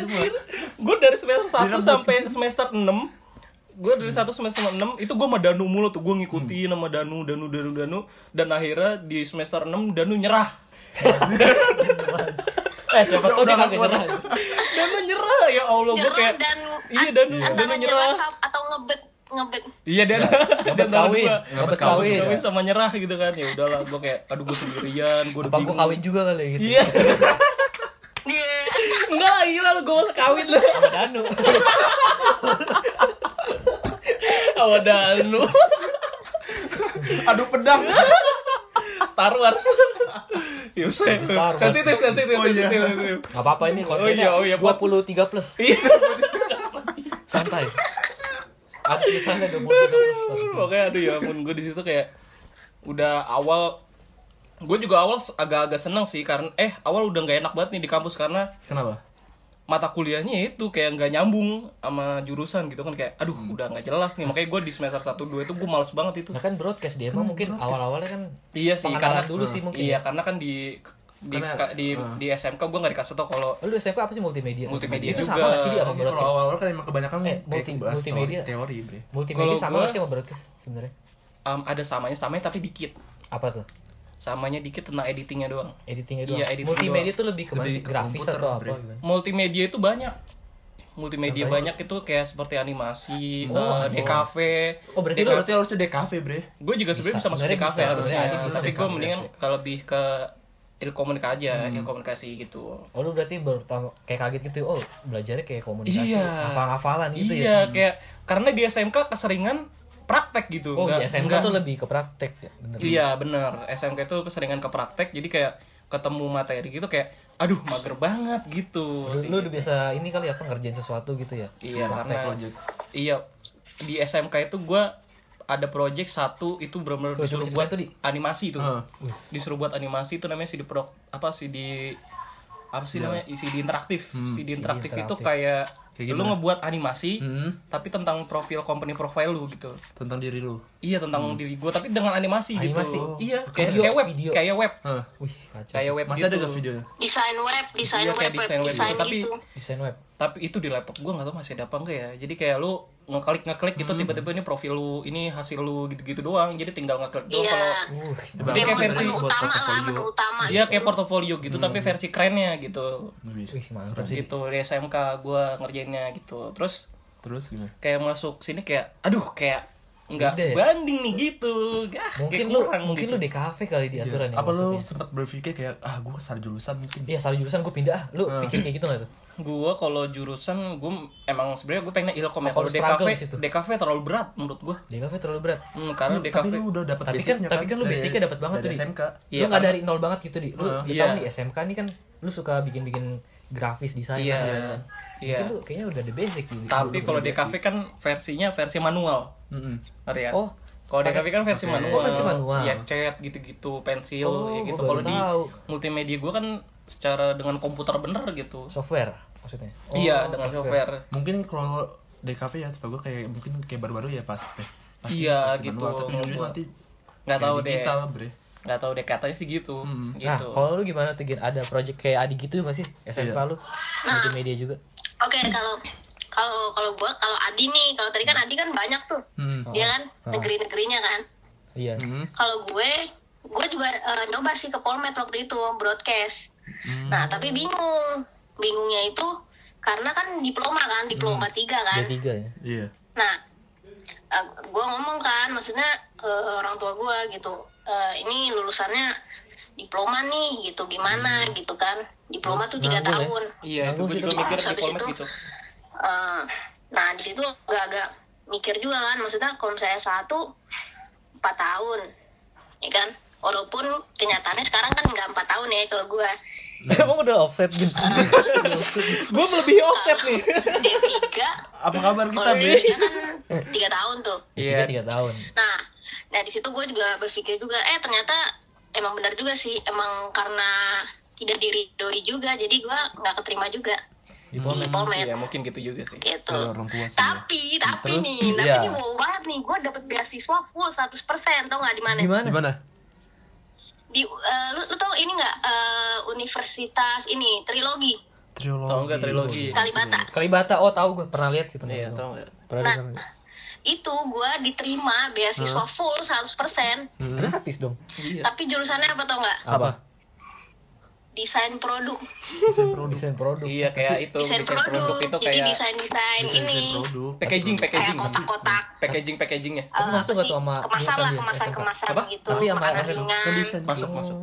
[SPEAKER 4] gue dari semester 1
[SPEAKER 2] Dirembuk.
[SPEAKER 4] sampai semester 6 gue dari satu semester 6 itu gue sama Danu mulu tuh gue ngikutin sama Danu Danu Danu Danu dan akhirnya di semester 6 Danu nyerah
[SPEAKER 3] Eh siapa tau dia
[SPEAKER 2] udah,
[SPEAKER 3] kagak
[SPEAKER 2] kuat.
[SPEAKER 3] nyerah.
[SPEAKER 4] Danu nyerah ya Allah gue
[SPEAKER 5] Nyerah
[SPEAKER 4] kayak
[SPEAKER 5] dan
[SPEAKER 4] iya Danu Danu
[SPEAKER 5] Antara
[SPEAKER 4] nyerah
[SPEAKER 5] nyerah sam- atau ngebet ngebet.
[SPEAKER 4] Iya dan dan
[SPEAKER 3] Dapat kawin, dapat kawin.
[SPEAKER 4] kawin sama nyerah gitu kan. Ya udahlah gue kayak aduh gue sendirian, gue udah
[SPEAKER 3] Apa gue kawin juga kali ya, gitu.
[SPEAKER 4] Iya.
[SPEAKER 5] Iya.
[SPEAKER 4] Enggak lah, gila lu gue masa kawin lu.
[SPEAKER 3] Sama Danu.
[SPEAKER 4] Sama Danu.
[SPEAKER 2] aduh pedang
[SPEAKER 4] Star Wars. Ya usah.
[SPEAKER 3] Star Wars.
[SPEAKER 4] Sensitif, sensitif,
[SPEAKER 2] Oh, iya.
[SPEAKER 4] sensitif, sensitif.
[SPEAKER 3] Gak apa-apa ini kontennya
[SPEAKER 4] Oh iya, oh iya,
[SPEAKER 3] 23 plus.
[SPEAKER 4] Iya.
[SPEAKER 3] Santai. Ada tulisannya 23 plus.
[SPEAKER 4] Oke, aduh ya ampun gue di situ kayak udah awal gue juga awal agak-agak seneng sih karena eh awal udah nggak enak banget nih di kampus karena
[SPEAKER 2] kenapa
[SPEAKER 4] mata kuliahnya itu kayak nggak nyambung sama jurusan gitu kan kayak aduh udah nggak jelas nih makanya gue di semester 1 2 itu gue males banget itu
[SPEAKER 3] Nah kan broadcast dia emang mungkin awal-awalnya kan
[SPEAKER 4] iya sih
[SPEAKER 3] pengenalan
[SPEAKER 4] karena
[SPEAKER 3] dulu sih mungkin
[SPEAKER 4] iya karena Hmm. kan di di
[SPEAKER 2] Karena,
[SPEAKER 4] ka- di, di SMK gue nggak dikasih tau kalau
[SPEAKER 3] Lu SMK apa sih multimedia?
[SPEAKER 4] Multimedia
[SPEAKER 3] itu
[SPEAKER 4] juga. Iya,
[SPEAKER 3] sama gak sih dia sama
[SPEAKER 2] Ini kalau
[SPEAKER 3] broadcast?
[SPEAKER 2] awal-awal kan emang kebanyakan
[SPEAKER 3] Iya, Eh,
[SPEAKER 2] kayak
[SPEAKER 3] multi-
[SPEAKER 2] bahas teori-
[SPEAKER 3] multimedia.
[SPEAKER 2] teori, bre.
[SPEAKER 3] Multimedia
[SPEAKER 4] Kalau
[SPEAKER 3] sama
[SPEAKER 4] gua-
[SPEAKER 3] gak sih sama broadcast sebenarnya?
[SPEAKER 4] um, ada samanya samanya tapi dikit
[SPEAKER 3] Apa tuh?
[SPEAKER 4] samanya dikit tentang editingnya doang
[SPEAKER 3] Editingnya
[SPEAKER 4] Iya,
[SPEAKER 3] doang.
[SPEAKER 4] editing
[SPEAKER 3] multimedia
[SPEAKER 4] doang.
[SPEAKER 3] tuh lebih ke mana
[SPEAKER 2] Lebih
[SPEAKER 3] sih?
[SPEAKER 2] ke
[SPEAKER 3] Grafis
[SPEAKER 2] komputer,
[SPEAKER 3] atau apa
[SPEAKER 2] Bre.
[SPEAKER 3] gimana?
[SPEAKER 4] multimedia itu banyak multimedia banyak itu kayak seperti animasi eh, DKV
[SPEAKER 3] Oh, berarti
[SPEAKER 2] Jadi
[SPEAKER 4] Iya,
[SPEAKER 3] lu
[SPEAKER 2] Eh, berarti harusnya DKV, bre.
[SPEAKER 4] gue juga sebenarnya
[SPEAKER 3] Bisa,
[SPEAKER 4] bisa masuk
[SPEAKER 3] sebenarnya
[SPEAKER 4] DKV
[SPEAKER 3] bisa,
[SPEAKER 4] harusnya
[SPEAKER 3] sebenarnya bisa
[SPEAKER 4] tapi
[SPEAKER 3] DKV.
[SPEAKER 4] gue mendingan ke lebih ke ilkomunika aja
[SPEAKER 3] Hmm.
[SPEAKER 4] ilkomunikasi gitu
[SPEAKER 3] Oh lu berarti pertama kayak kaget gitu oh belajarnya kayak komunikasi
[SPEAKER 4] Iya.
[SPEAKER 3] hafal-hafalan gitu ya?
[SPEAKER 4] iya kayak karena di SMK keseringan praktek gitu
[SPEAKER 3] Oh iya
[SPEAKER 4] nggak-
[SPEAKER 3] SMK
[SPEAKER 4] nggak-
[SPEAKER 3] tuh lebih ke praktek ya bener.
[SPEAKER 4] iya bener SMK itu keseringan ke praktek jadi kayak ketemu materi gitu kayak aduh mager banget gitu
[SPEAKER 3] Lu, lu udah biasa ini kali apa ngerjain sesuatu gitu ya?
[SPEAKER 4] iya
[SPEAKER 2] Praktek
[SPEAKER 4] karena
[SPEAKER 2] project.
[SPEAKER 4] iya di SMK itu gua ada project satu itu benar-benar
[SPEAKER 3] Tuh,
[SPEAKER 4] disuruh
[SPEAKER 3] coba
[SPEAKER 4] buat
[SPEAKER 3] ceritain tuh, Di.
[SPEAKER 4] animasi itu
[SPEAKER 2] Heeh.
[SPEAKER 4] disuruh buat animasi itu namanya CD pro apa CD apa sih namanya CD interaktif CD interaktif itu
[SPEAKER 3] interaktif.
[SPEAKER 4] kayak
[SPEAKER 2] Kayak
[SPEAKER 4] lu ngebuat animasi
[SPEAKER 3] Hmm.
[SPEAKER 4] tapi tentang profil company profile lu gitu
[SPEAKER 2] tentang diri lu
[SPEAKER 4] iya tentang diri gue tapi dengan animasi,
[SPEAKER 3] Animasi.
[SPEAKER 4] gitu iya kayak
[SPEAKER 3] Video,
[SPEAKER 4] kayak web
[SPEAKER 3] video.
[SPEAKER 4] kayak web
[SPEAKER 2] Hah.
[SPEAKER 3] Wih, kacau.
[SPEAKER 4] kayak web
[SPEAKER 2] Eh, masih ada
[SPEAKER 4] gitu.
[SPEAKER 2] gak videonya
[SPEAKER 5] desain web desain
[SPEAKER 4] Iya,
[SPEAKER 5] web
[SPEAKER 4] kayak
[SPEAKER 5] web
[SPEAKER 4] desain web
[SPEAKER 5] desain
[SPEAKER 4] gitu. Tapi-
[SPEAKER 5] gitu
[SPEAKER 3] Desain web.
[SPEAKER 4] tapi itu di laptop gue nggak tahu masih ada apa enggak ya jadi kayak lu ngeklik ngeklik
[SPEAKER 3] Hmm.
[SPEAKER 4] gitu tiba-tiba ini profil lu ini hasil lu gitu-gitu doang jadi tinggal ngeklik doang
[SPEAKER 5] Iya.
[SPEAKER 4] kalau Iya,
[SPEAKER 3] Uh,
[SPEAKER 2] Bagus
[SPEAKER 5] kayak
[SPEAKER 4] versi
[SPEAKER 5] menu
[SPEAKER 2] buat
[SPEAKER 5] utama lah menu
[SPEAKER 2] portofolio
[SPEAKER 5] utama
[SPEAKER 4] dia kayak portofolio gitu tapi
[SPEAKER 3] Hmm.
[SPEAKER 4] versi kerennya gitu
[SPEAKER 2] Wih.
[SPEAKER 3] wih, mantap sih.
[SPEAKER 4] gitu di SMK gue ngerjainnya gitu terus
[SPEAKER 2] terus gimana
[SPEAKER 4] kayak masuk sini kayak aduh kayak nggak
[SPEAKER 3] Beda ya?
[SPEAKER 4] sebanding nih gitu Gah, kayak
[SPEAKER 3] Mungkin lu
[SPEAKER 4] kurang
[SPEAKER 3] mungkin
[SPEAKER 4] gitu.
[SPEAKER 3] lu di kafe kali
[SPEAKER 2] Iya.
[SPEAKER 3] diaturan ya.
[SPEAKER 2] apa lu
[SPEAKER 3] maksudnya.
[SPEAKER 2] sempat berpikir kayak ah gue kesal jurusan mungkin
[SPEAKER 3] Iya, salah jurusan gue pindah. ah. Lu pikir kayak gitu gak tuh?
[SPEAKER 4] gue kalau jurusan gue emang sebenarnya gue pengen ilkom ya
[SPEAKER 3] Oh,
[SPEAKER 4] kalau
[SPEAKER 3] lu struggle
[SPEAKER 4] DKV
[SPEAKER 3] di situ.
[SPEAKER 4] DKV terlalu berat menurut gue
[SPEAKER 3] Di kafe terlalu berat.
[SPEAKER 4] hmm, karena
[SPEAKER 2] tapi
[SPEAKER 4] DKV
[SPEAKER 2] lu udah dapat
[SPEAKER 3] Tapi kan,
[SPEAKER 2] basicnya
[SPEAKER 3] tapi kan lu
[SPEAKER 2] dari-
[SPEAKER 3] basicnya dapat banget
[SPEAKER 2] dari
[SPEAKER 3] tuh di
[SPEAKER 2] SMK
[SPEAKER 4] Iya,
[SPEAKER 3] Lu nggak
[SPEAKER 4] karena-
[SPEAKER 3] dari nol banget gitu di. Lu kita
[SPEAKER 4] Iya.
[SPEAKER 3] kan di SMK nih kan lu suka bikin-bikin grafis desain.
[SPEAKER 4] iya
[SPEAKER 3] kan.
[SPEAKER 4] iya
[SPEAKER 3] Mungkin lu kayaknya udah the basic di.
[SPEAKER 4] tapi kalau DKV kan versinya versi manual
[SPEAKER 2] Mm-mm.
[SPEAKER 4] ngerti kan
[SPEAKER 3] Oh,
[SPEAKER 4] kalau DKV kan versi manual,
[SPEAKER 3] versi manual.
[SPEAKER 4] ya cat gitu-gitu pensil
[SPEAKER 3] Oh,
[SPEAKER 4] ya gitu
[SPEAKER 3] gua
[SPEAKER 4] kalau
[SPEAKER 3] baru
[SPEAKER 4] di
[SPEAKER 3] tahu.
[SPEAKER 4] multimedia gue kan secara dengan komputer bener gitu
[SPEAKER 3] software maksudnya. Oh,
[SPEAKER 4] iya dengan software
[SPEAKER 2] mungkin kalau DKV ya setahu gue kayak mungkin kayak baru-baru ya pas pas pas-
[SPEAKER 4] Iya,
[SPEAKER 2] pas
[SPEAKER 4] gitu.
[SPEAKER 2] manual. tapi dulu nanti
[SPEAKER 4] nggak
[SPEAKER 2] kayak
[SPEAKER 4] tahu deh
[SPEAKER 2] digital bre
[SPEAKER 4] nggak tahu deh katanya sih gitu
[SPEAKER 3] Nah,
[SPEAKER 4] gitu
[SPEAKER 3] kalau lu gimana tuh Gin? Ada project kayak Adi gitu masih SMK lu? Multimedia juga.
[SPEAKER 5] Oke, kalau kalau kalau gua kalau Adi nih, kalau tadi kan Adi kan banyak tuh.
[SPEAKER 4] Hmm.
[SPEAKER 5] Dia kan
[SPEAKER 4] Oh.
[SPEAKER 5] negeri-negerinya kan.
[SPEAKER 3] Iya.
[SPEAKER 5] Kalau gue gue juga eh, nyoba sih ke Polmed waktu itu broadcast. Nah, tapi bingung. Bingungnya itu karena kan diploma kan, diploma tiga kan.
[SPEAKER 3] D3 ya.
[SPEAKER 2] iya
[SPEAKER 5] Nah, eh, gue ngomong kan, maksudnya ke orang tua gue gitu, "Eh, ini lulusannya diploma nih, gitu gimana gitu kan, diploma tuh tiga
[SPEAKER 3] Nganggur ya?
[SPEAKER 5] tahun.
[SPEAKER 4] iya itu
[SPEAKER 3] Bagus
[SPEAKER 4] gue
[SPEAKER 3] itu.
[SPEAKER 4] juga mikir
[SPEAKER 5] Terus
[SPEAKER 4] di
[SPEAKER 5] habis
[SPEAKER 4] format
[SPEAKER 5] itu-
[SPEAKER 4] gitu
[SPEAKER 5] Eh, nah di situ agak-agak mikir juga kan, maksudnya kalau misalnya satu empat tahun, ya kan, walaupun kenyataannya sekarang kan nggak empat tahun ya kalau gue.
[SPEAKER 3] Emang udah offset Gin?
[SPEAKER 4] gue melebihi offset nih
[SPEAKER 5] D tiga,
[SPEAKER 2] apa kabar kita
[SPEAKER 5] kalau D
[SPEAKER 2] bre
[SPEAKER 5] tiga kan tiga tahun tuh.
[SPEAKER 3] Iya.
[SPEAKER 4] Iya.
[SPEAKER 3] 3 tahun.
[SPEAKER 5] Nah, nah di situ gue juga berpikir juga, eh ternyata emang benar juga sih, emang karena tidak diridoi juga, jadi gue nggak keterima juga di
[SPEAKER 3] Oh,
[SPEAKER 5] Polmed,
[SPEAKER 4] Iya mungkin gitu juga sih
[SPEAKER 5] gitu.
[SPEAKER 2] Ya, orang tua sih,
[SPEAKER 5] tapi, tapi
[SPEAKER 3] Terus,
[SPEAKER 5] nih, tapi
[SPEAKER 3] iya.
[SPEAKER 5] nih wow banget nih, gue dapet beasiswa full 100% tau nggak di mana?
[SPEAKER 3] Gimana?
[SPEAKER 2] di mana
[SPEAKER 5] Di, eh, lu, lu tau ini nggak eh, universitas ini trilogi
[SPEAKER 2] trilogi
[SPEAKER 4] tau nggak
[SPEAKER 2] Iya,
[SPEAKER 4] trilogi
[SPEAKER 5] Kalibata?
[SPEAKER 3] Kalibata, oh tahu gue pernah lihat sih pernah.
[SPEAKER 4] iya
[SPEAKER 3] lihat.
[SPEAKER 4] tau nggak
[SPEAKER 3] Pernah
[SPEAKER 5] Nah.
[SPEAKER 3] dengar.
[SPEAKER 5] Itu gue diterima beasiswa full 100%,
[SPEAKER 4] Hmm.
[SPEAKER 3] Gratis dong.
[SPEAKER 4] iya
[SPEAKER 5] tapi jurusannya apa tau nggak?
[SPEAKER 3] Apa?
[SPEAKER 5] Desain produk.
[SPEAKER 2] desain produk
[SPEAKER 3] Desain produk.
[SPEAKER 4] iya kayak itu
[SPEAKER 5] desain
[SPEAKER 4] desain produk itu
[SPEAKER 5] jadi
[SPEAKER 4] kayak Eh,
[SPEAKER 5] desain desain
[SPEAKER 2] desain
[SPEAKER 5] ini
[SPEAKER 2] desain produk
[SPEAKER 4] packaging
[SPEAKER 5] kayak
[SPEAKER 4] packaging
[SPEAKER 5] kotak-kotak
[SPEAKER 4] packaging ya. packagingnya
[SPEAKER 5] eh,
[SPEAKER 3] masuk
[SPEAKER 5] apa
[SPEAKER 3] nggak tuh
[SPEAKER 5] sih?
[SPEAKER 3] sama
[SPEAKER 5] kemasan lah
[SPEAKER 3] jurusan dia,
[SPEAKER 5] kemasan
[SPEAKER 3] SMK?
[SPEAKER 5] kemasan
[SPEAKER 4] Apa?
[SPEAKER 5] gitu
[SPEAKER 3] Tapi sama
[SPEAKER 5] makanan
[SPEAKER 3] SMK?
[SPEAKER 5] ringan
[SPEAKER 2] kan desain Hmm.
[SPEAKER 4] masuk masuk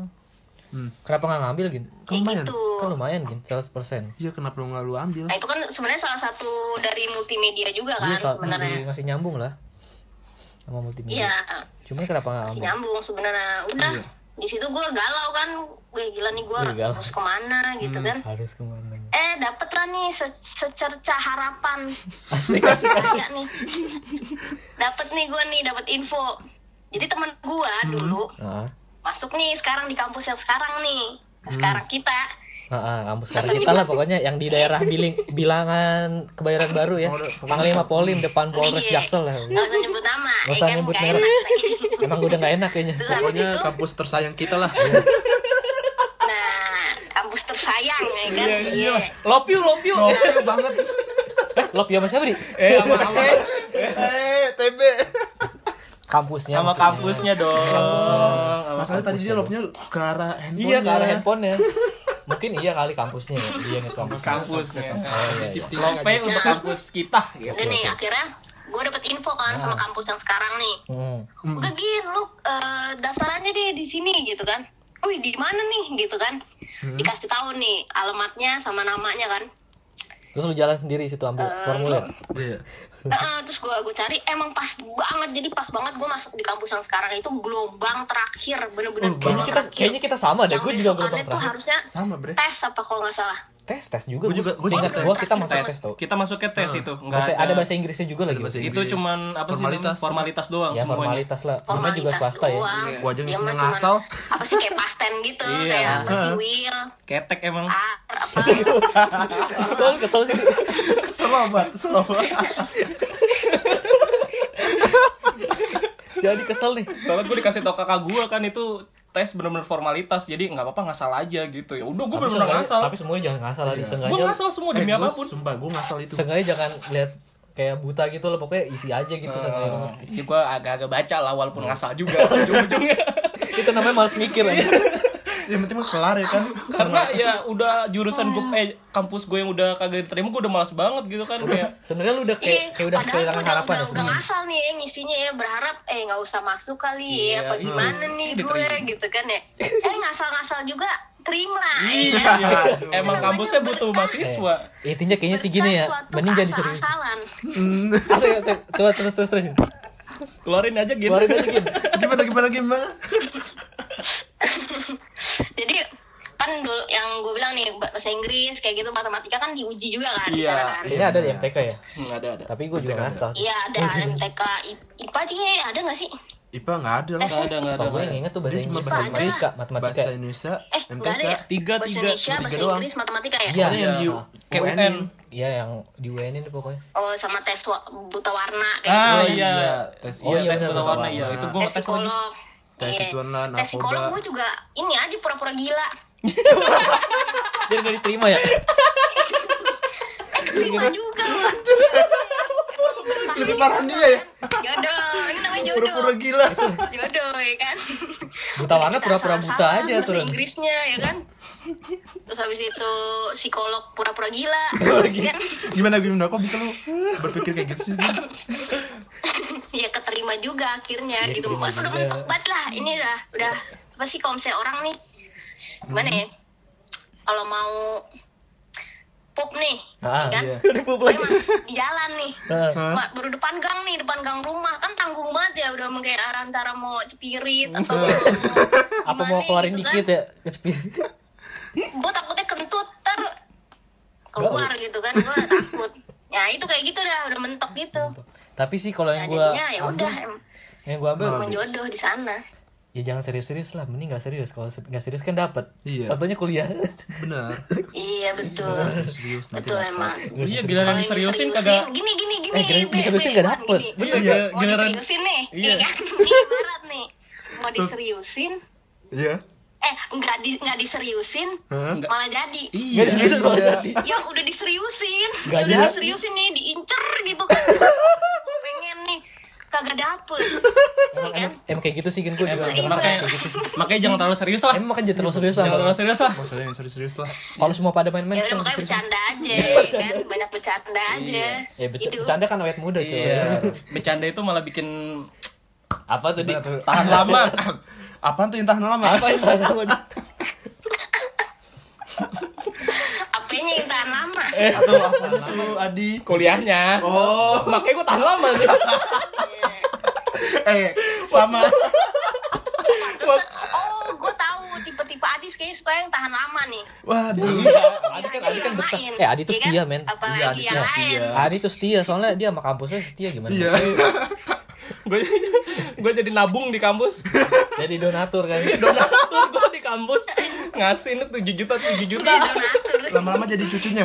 [SPEAKER 3] Kenapa nggak ngambil Gin?
[SPEAKER 5] kayak
[SPEAKER 2] lumayan
[SPEAKER 5] gitu
[SPEAKER 3] Kan lumayan Gin, 100%.
[SPEAKER 2] iya kenapa lu nggak lu ambil
[SPEAKER 5] nah itu kan sebenarnya salah satu dari multimedia juga kan
[SPEAKER 3] Iya, sa- masih,
[SPEAKER 5] sebenarnya
[SPEAKER 3] masih nyambung lah sama multimedia.
[SPEAKER 5] iya
[SPEAKER 3] Cuman kenapa nggak
[SPEAKER 5] masih
[SPEAKER 3] ngambil?
[SPEAKER 5] nyambung sebenarnya udah di situ gue galau kan gue gila nih gue
[SPEAKER 3] Iya, galau. Hmm.
[SPEAKER 5] harus kemana gitu kan
[SPEAKER 3] Harus kemana?
[SPEAKER 5] eh dapet lah nih se- secerca harapan
[SPEAKER 3] Asik asik asik.
[SPEAKER 5] Enggak Iya nih dapet nih gue nih dapet info jadi temen gue
[SPEAKER 3] Hmm.
[SPEAKER 5] dulu
[SPEAKER 3] Heeh.
[SPEAKER 5] masuk nih sekarang di kampus yang sekarang nih Nah,
[SPEAKER 3] Hmm.
[SPEAKER 5] sekarang kita
[SPEAKER 3] Heeh, nah, ah, kampus
[SPEAKER 5] Iya.
[SPEAKER 3] sekarang kita lah pokoknya yang di daerah biling, bilangan kebayoran baru ya. Panglima Polim depan Polres
[SPEAKER 5] Iya.
[SPEAKER 3] Jaksel lah.
[SPEAKER 5] nggak usah nyebut nama
[SPEAKER 3] Nggak usah
[SPEAKER 5] kan,
[SPEAKER 3] nyebut
[SPEAKER 5] nggak
[SPEAKER 3] merek.
[SPEAKER 5] enak.
[SPEAKER 3] Emang udah nggak enak kayaknya.
[SPEAKER 5] Terus habis
[SPEAKER 2] pokoknya
[SPEAKER 5] itu,
[SPEAKER 2] kampus tersayang kita lah
[SPEAKER 5] nah kampus tersayang ya kan iya
[SPEAKER 4] love you love you
[SPEAKER 2] oke banget
[SPEAKER 3] Eh, Lop ya sama siapa di?
[SPEAKER 4] eh sama sama
[SPEAKER 2] eh TB
[SPEAKER 3] Kampusnya.
[SPEAKER 4] sama
[SPEAKER 3] maksudnya.
[SPEAKER 4] kampusnya dong
[SPEAKER 2] masalahnya tadi dia lopnya ke arah handphone
[SPEAKER 3] Iya ke arah handphone ya. Mungkin iya kali kampusnya ya. Dia nge kampus. Oh, iya,
[SPEAKER 4] kampusnya
[SPEAKER 2] Tip tip
[SPEAKER 4] lope
[SPEAKER 2] aja.
[SPEAKER 4] untuk kampus kita gitu
[SPEAKER 5] udah nih akhirnya gue dapet info kan sama kampus yang sekarang nih
[SPEAKER 3] Ah. Hmm.
[SPEAKER 5] udah gin lu eh, daftar aja deh di sini gitu kan Wih di mana nih gitu kan
[SPEAKER 3] Hmm.
[SPEAKER 5] dikasih tahu nih alamatnya sama namanya kan
[SPEAKER 3] Terus lu jalan sendiri situ ambil
[SPEAKER 5] Eh,
[SPEAKER 3] formulir.
[SPEAKER 2] Iya.
[SPEAKER 3] Hmm.
[SPEAKER 5] Heeh, terus gue gue cari emang pas banget jadi pas banget gue masuk di kampus yang sekarang itu gelombang terakhir bener-bener
[SPEAKER 3] Kayaknya
[SPEAKER 5] gelombang
[SPEAKER 3] kita
[SPEAKER 5] terakhir.
[SPEAKER 3] kayaknya kita sama deh.
[SPEAKER 5] yang
[SPEAKER 3] Gue Ya, juga
[SPEAKER 5] besokannya
[SPEAKER 3] gelombang
[SPEAKER 5] tuh
[SPEAKER 3] terakhir.
[SPEAKER 5] harusnya
[SPEAKER 2] sama bre
[SPEAKER 5] tes apa kalau nggak salah
[SPEAKER 3] Tes tes juga.
[SPEAKER 2] Gua juga- gua
[SPEAKER 3] Seingat
[SPEAKER 2] juga
[SPEAKER 3] gua
[SPEAKER 5] tes.
[SPEAKER 3] kita masuk
[SPEAKER 5] Tes.
[SPEAKER 3] tes tau.
[SPEAKER 4] kita masuknya tes itu nggak
[SPEAKER 3] Bahasa- ada bahasa Inggrisnya juga lagi.
[SPEAKER 2] bahasa
[SPEAKER 4] itu
[SPEAKER 2] Inggris.
[SPEAKER 4] cuman apa
[SPEAKER 2] Formalitas.
[SPEAKER 4] sih formalitas formalitas doang
[SPEAKER 3] Ya
[SPEAKER 4] semuanya
[SPEAKER 3] formalitas lah. Namanya juga swasta ya.
[SPEAKER 5] doang.
[SPEAKER 2] Iya. Gua aja
[SPEAKER 5] Dia
[SPEAKER 2] ngisinya
[SPEAKER 5] mah cuman
[SPEAKER 2] ngasal.
[SPEAKER 5] apa sih kayak pasten gitu
[SPEAKER 4] Iya.
[SPEAKER 5] kayak apa sih will
[SPEAKER 4] ketek emang
[SPEAKER 5] ar apa
[SPEAKER 3] Gue kesel sih.
[SPEAKER 2] Selamat, selamat.
[SPEAKER 3] Jadi kesel nih.
[SPEAKER 4] Soalnya gue dikasih tau kakak gue kan itu tes bener-bener formalitas jadi nggak apa-apa ngasal aja gitu ya udah gue
[SPEAKER 3] Tapi,
[SPEAKER 4] bener-bener
[SPEAKER 3] seenggaknya-
[SPEAKER 4] ngasal
[SPEAKER 3] tapi semuanya jangan ngasal lah,
[SPEAKER 4] gue
[SPEAKER 3] sengaja.
[SPEAKER 4] ngasal semua demi
[SPEAKER 2] Eh, gua
[SPEAKER 4] apapun
[SPEAKER 2] Sumpah, gue ngasal itu.
[SPEAKER 3] Sengaja jangan lihat kayak buta gitu loh pokoknya isi aja gitu sengaja gue ngerti.
[SPEAKER 4] Ya, gue agak-agak baca lah walaupun
[SPEAKER 3] Hmm.
[SPEAKER 4] ngasal juga ujung-ujungnya
[SPEAKER 3] Itu namanya males mikir aja.
[SPEAKER 2] Yang penting mah kelar ya kan.
[SPEAKER 4] karena ya udah jurusan gue eh kampus gue yang udah kagak diterima gue udah malas banget gitu kan kayak
[SPEAKER 3] Sebenarnya lu udah
[SPEAKER 5] Iya,
[SPEAKER 3] kayak, kayak udah
[SPEAKER 5] padahal
[SPEAKER 3] kehilangan
[SPEAKER 5] tuh udah-
[SPEAKER 3] harapan ya
[SPEAKER 5] udah, udah
[SPEAKER 3] sebenarnya.
[SPEAKER 5] ngasal nih ya ngisinya ya berharap eh nggak usah masuk kali
[SPEAKER 4] Iya,
[SPEAKER 5] ya apa
[SPEAKER 4] iya.
[SPEAKER 5] gimana nih gue
[SPEAKER 4] Diterima.
[SPEAKER 5] gitu kan ya eh ngasal-ngasal juga terima ya.
[SPEAKER 4] iya
[SPEAKER 2] Aduh.
[SPEAKER 4] emang
[SPEAKER 5] Namanya
[SPEAKER 4] kampusnya butuh
[SPEAKER 5] berkah.
[SPEAKER 4] mahasiswa
[SPEAKER 3] Intinya kayaknya sih gini ya,
[SPEAKER 5] Suatu
[SPEAKER 3] mending jadi serius.
[SPEAKER 5] keasal-asalan.
[SPEAKER 3] Asal ya, coba- coba terus terus terusin.
[SPEAKER 4] keluarin aja gitu
[SPEAKER 3] Keluarin aja gitu.
[SPEAKER 2] Gimana gimana gimana?
[SPEAKER 5] jadi kan dulu yang gue bilang nih bahasa Inggris kayak gitu matematika kan diuji juga kan
[SPEAKER 4] Iya,
[SPEAKER 5] sekarang kan.
[SPEAKER 3] Ini ada di MTK ya.
[SPEAKER 4] Hmm, ada ada
[SPEAKER 3] Tapi gue juga ngasal sih.
[SPEAKER 5] Iya ada MTK I- IPA juga ya, ada nggak sih?
[SPEAKER 2] IPA nggak ada lah.
[SPEAKER 4] nggak ada nggak
[SPEAKER 3] Setahu gue
[SPEAKER 4] ada, nggak
[SPEAKER 3] yang
[SPEAKER 4] ada
[SPEAKER 3] inget tuh bahasa
[SPEAKER 2] Dia cuma
[SPEAKER 3] Inggris,
[SPEAKER 2] bahasa
[SPEAKER 5] Inggris,
[SPEAKER 3] matematika, matematika.
[SPEAKER 2] Bahasa Indonesia,
[SPEAKER 5] Eh nggak ada
[SPEAKER 2] MTK.
[SPEAKER 5] ya?
[SPEAKER 4] Tiga,
[SPEAKER 5] bahasa
[SPEAKER 4] tiga.
[SPEAKER 5] Indonesia,
[SPEAKER 4] Tiga
[SPEAKER 5] bahasa
[SPEAKER 2] doang.
[SPEAKER 5] Inggris, matematika ya?
[SPEAKER 3] Iya.
[SPEAKER 2] Ada yang di
[SPEAKER 4] Kayak
[SPEAKER 2] UN.
[SPEAKER 4] UN.
[SPEAKER 3] Iya yang di UN ini pokoknya.
[SPEAKER 5] Oh sama tes wa- buta warna kayak gitu.
[SPEAKER 4] ah
[SPEAKER 2] Oh,
[SPEAKER 4] iya
[SPEAKER 2] iya, tes-
[SPEAKER 4] oh
[SPEAKER 3] iya,
[SPEAKER 4] iya tes
[SPEAKER 3] benar,
[SPEAKER 4] buta
[SPEAKER 3] benar.
[SPEAKER 4] warna ya itu gue
[SPEAKER 5] tes
[SPEAKER 4] ngetes lagi
[SPEAKER 5] psikolog.
[SPEAKER 2] Tes
[SPEAKER 5] Iya.
[SPEAKER 2] ituan lah,
[SPEAKER 5] Tes psikolog
[SPEAKER 2] narkoba.
[SPEAKER 5] gue juga ini aja pura-pura gila.
[SPEAKER 3] Dia gak diterima ya.
[SPEAKER 5] Eh, terima juga. Wak.
[SPEAKER 2] Lebih parah dia ya.
[SPEAKER 5] Jodoh, ini namanya jodoh.
[SPEAKER 2] Pura-pura gila.
[SPEAKER 5] Jodoh ya kan.
[SPEAKER 3] Buta warna
[SPEAKER 5] Kita
[SPEAKER 3] pura-pura buta
[SPEAKER 5] salah-salah
[SPEAKER 3] aja
[SPEAKER 5] bahasa
[SPEAKER 3] tuh.
[SPEAKER 5] Inggrisnya ya kan. Terus habis itu psikolog pura-pura gila. kan
[SPEAKER 2] Gimana gimana? Kok bisa lu berpikir kayak gitu sih? Gim?
[SPEAKER 5] ya keterima juga akhirnya
[SPEAKER 3] Iya,
[SPEAKER 5] gitu.
[SPEAKER 3] keterima
[SPEAKER 5] Wah, udah
[SPEAKER 3] juga.
[SPEAKER 5] empat lah. Ini udah udah apa sih kalau misalnya orang nih gimana ya? Kalau mau pup nih,
[SPEAKER 3] Ah,
[SPEAKER 5] ya kan?
[SPEAKER 3] iya. Ah.
[SPEAKER 5] Gue mas di jalan nih.
[SPEAKER 3] Heeh.
[SPEAKER 5] Ma- baru depan gang nih, depan gang rumah kan tanggung banget ya udah kayak arah antara mau cepirit atau mau
[SPEAKER 3] Apa
[SPEAKER 5] gimana
[SPEAKER 3] mau keluarin
[SPEAKER 5] gitu kan.
[SPEAKER 3] dikit ya? Kecepit.
[SPEAKER 5] Gue takutnya kentut ter keluar gitu kan, gue takut. Ya itu kayak gitu dah, udah mentok gitu.
[SPEAKER 3] Tapi sih kalau
[SPEAKER 5] Nah,
[SPEAKER 3] yang gua
[SPEAKER 5] jadinya ya udah em-
[SPEAKER 3] yang gua ambil
[SPEAKER 4] Nah.
[SPEAKER 5] menjodoh di sana.
[SPEAKER 3] ya jangan serius-serius lah, mending gak serius. Kalau se- gak serius kan dapet.
[SPEAKER 2] Iya.
[SPEAKER 3] Contohnya kuliah.
[SPEAKER 2] Benar.
[SPEAKER 5] Iya betul.
[SPEAKER 2] Serius nanti.
[SPEAKER 5] Betul emang.
[SPEAKER 4] iya giliran
[SPEAKER 5] Kalau yang
[SPEAKER 4] diseriusin
[SPEAKER 5] diseriusin,
[SPEAKER 4] kagak
[SPEAKER 5] gini gini gini.
[SPEAKER 3] Eh, kira-
[SPEAKER 5] Be,
[SPEAKER 3] diseriusin
[SPEAKER 5] be,
[SPEAKER 3] nggak
[SPEAKER 5] Wan,
[SPEAKER 3] dapet.
[SPEAKER 5] gini.
[SPEAKER 4] Iya,
[SPEAKER 2] Iya.
[SPEAKER 5] Mau
[SPEAKER 4] giliran
[SPEAKER 5] diseriusin nih,
[SPEAKER 4] Iya.
[SPEAKER 5] iya kan? Ini ibarat nih. Mau diseriusin,
[SPEAKER 2] Iya.
[SPEAKER 5] eh nggak di nggak diseriusin,
[SPEAKER 2] Hah?
[SPEAKER 5] malah jadi.
[SPEAKER 3] Gak
[SPEAKER 4] iya
[SPEAKER 3] serius kalau
[SPEAKER 2] Iya.
[SPEAKER 3] jadi.
[SPEAKER 5] Ya udah diseriusin,
[SPEAKER 3] Nggak
[SPEAKER 5] udah
[SPEAKER 3] jadi.
[SPEAKER 5] diseriusin nih, diincer gitu kan. Gua pengen nih, kagak dapet. Iya kan?
[SPEAKER 3] Emang- Emang kayak gitu sih kan gue juga
[SPEAKER 5] Emang-
[SPEAKER 3] ngerasa
[SPEAKER 4] makanya
[SPEAKER 3] kayak gitu sih.
[SPEAKER 4] makanya jangan terlalu serius lah
[SPEAKER 3] Emang kan jadi terlalu serius lah.
[SPEAKER 4] jangan terlalu serius lah
[SPEAKER 2] Maksudnya yang serius-serius lah.
[SPEAKER 3] Kalau semua pada main-main
[SPEAKER 5] Ya udah
[SPEAKER 3] kan
[SPEAKER 5] makanya
[SPEAKER 3] serius.
[SPEAKER 5] bercanda aja, kan? Banyak bercanda aja. Gitu.
[SPEAKER 3] Ya berca-
[SPEAKER 5] Hidup.
[SPEAKER 3] bercanda kan awet muda cuy.
[SPEAKER 4] iya bercanda itu malah bikin
[SPEAKER 3] Apa tuh di?
[SPEAKER 2] Betul.
[SPEAKER 4] tahan lama
[SPEAKER 2] Apaan tuh yang tahan lama?
[SPEAKER 3] Apa yang tahan lama di?
[SPEAKER 5] Iya, Apanya yang tahan lama?
[SPEAKER 3] Eh,
[SPEAKER 2] Atau apaan itu Adi?
[SPEAKER 4] kuliahnya oh makanya gue tahan lama nih
[SPEAKER 2] Eh, sama.
[SPEAKER 5] Terus, oh gue tahu tipe-tipe Adis kayaknya suka yang tahan lama nih
[SPEAKER 2] Waduh.
[SPEAKER 3] Adi kan Adi kan betah. Eh Adi tuh
[SPEAKER 5] Iya kan?
[SPEAKER 3] setia men.
[SPEAKER 5] apalagi
[SPEAKER 2] Iya, Adi
[SPEAKER 5] yang
[SPEAKER 2] tuh
[SPEAKER 5] lain
[SPEAKER 2] setia.
[SPEAKER 3] Adi tuh setia soalnya dia sama kampusnya setia gimana?
[SPEAKER 2] Iya.
[SPEAKER 4] gue gue jadi nabung di kampus
[SPEAKER 3] Jadi donatur kan.
[SPEAKER 4] donatur gue di kampus ngasih ini tujuh juta tujuh juta
[SPEAKER 2] Lama-lama jadi cucunya.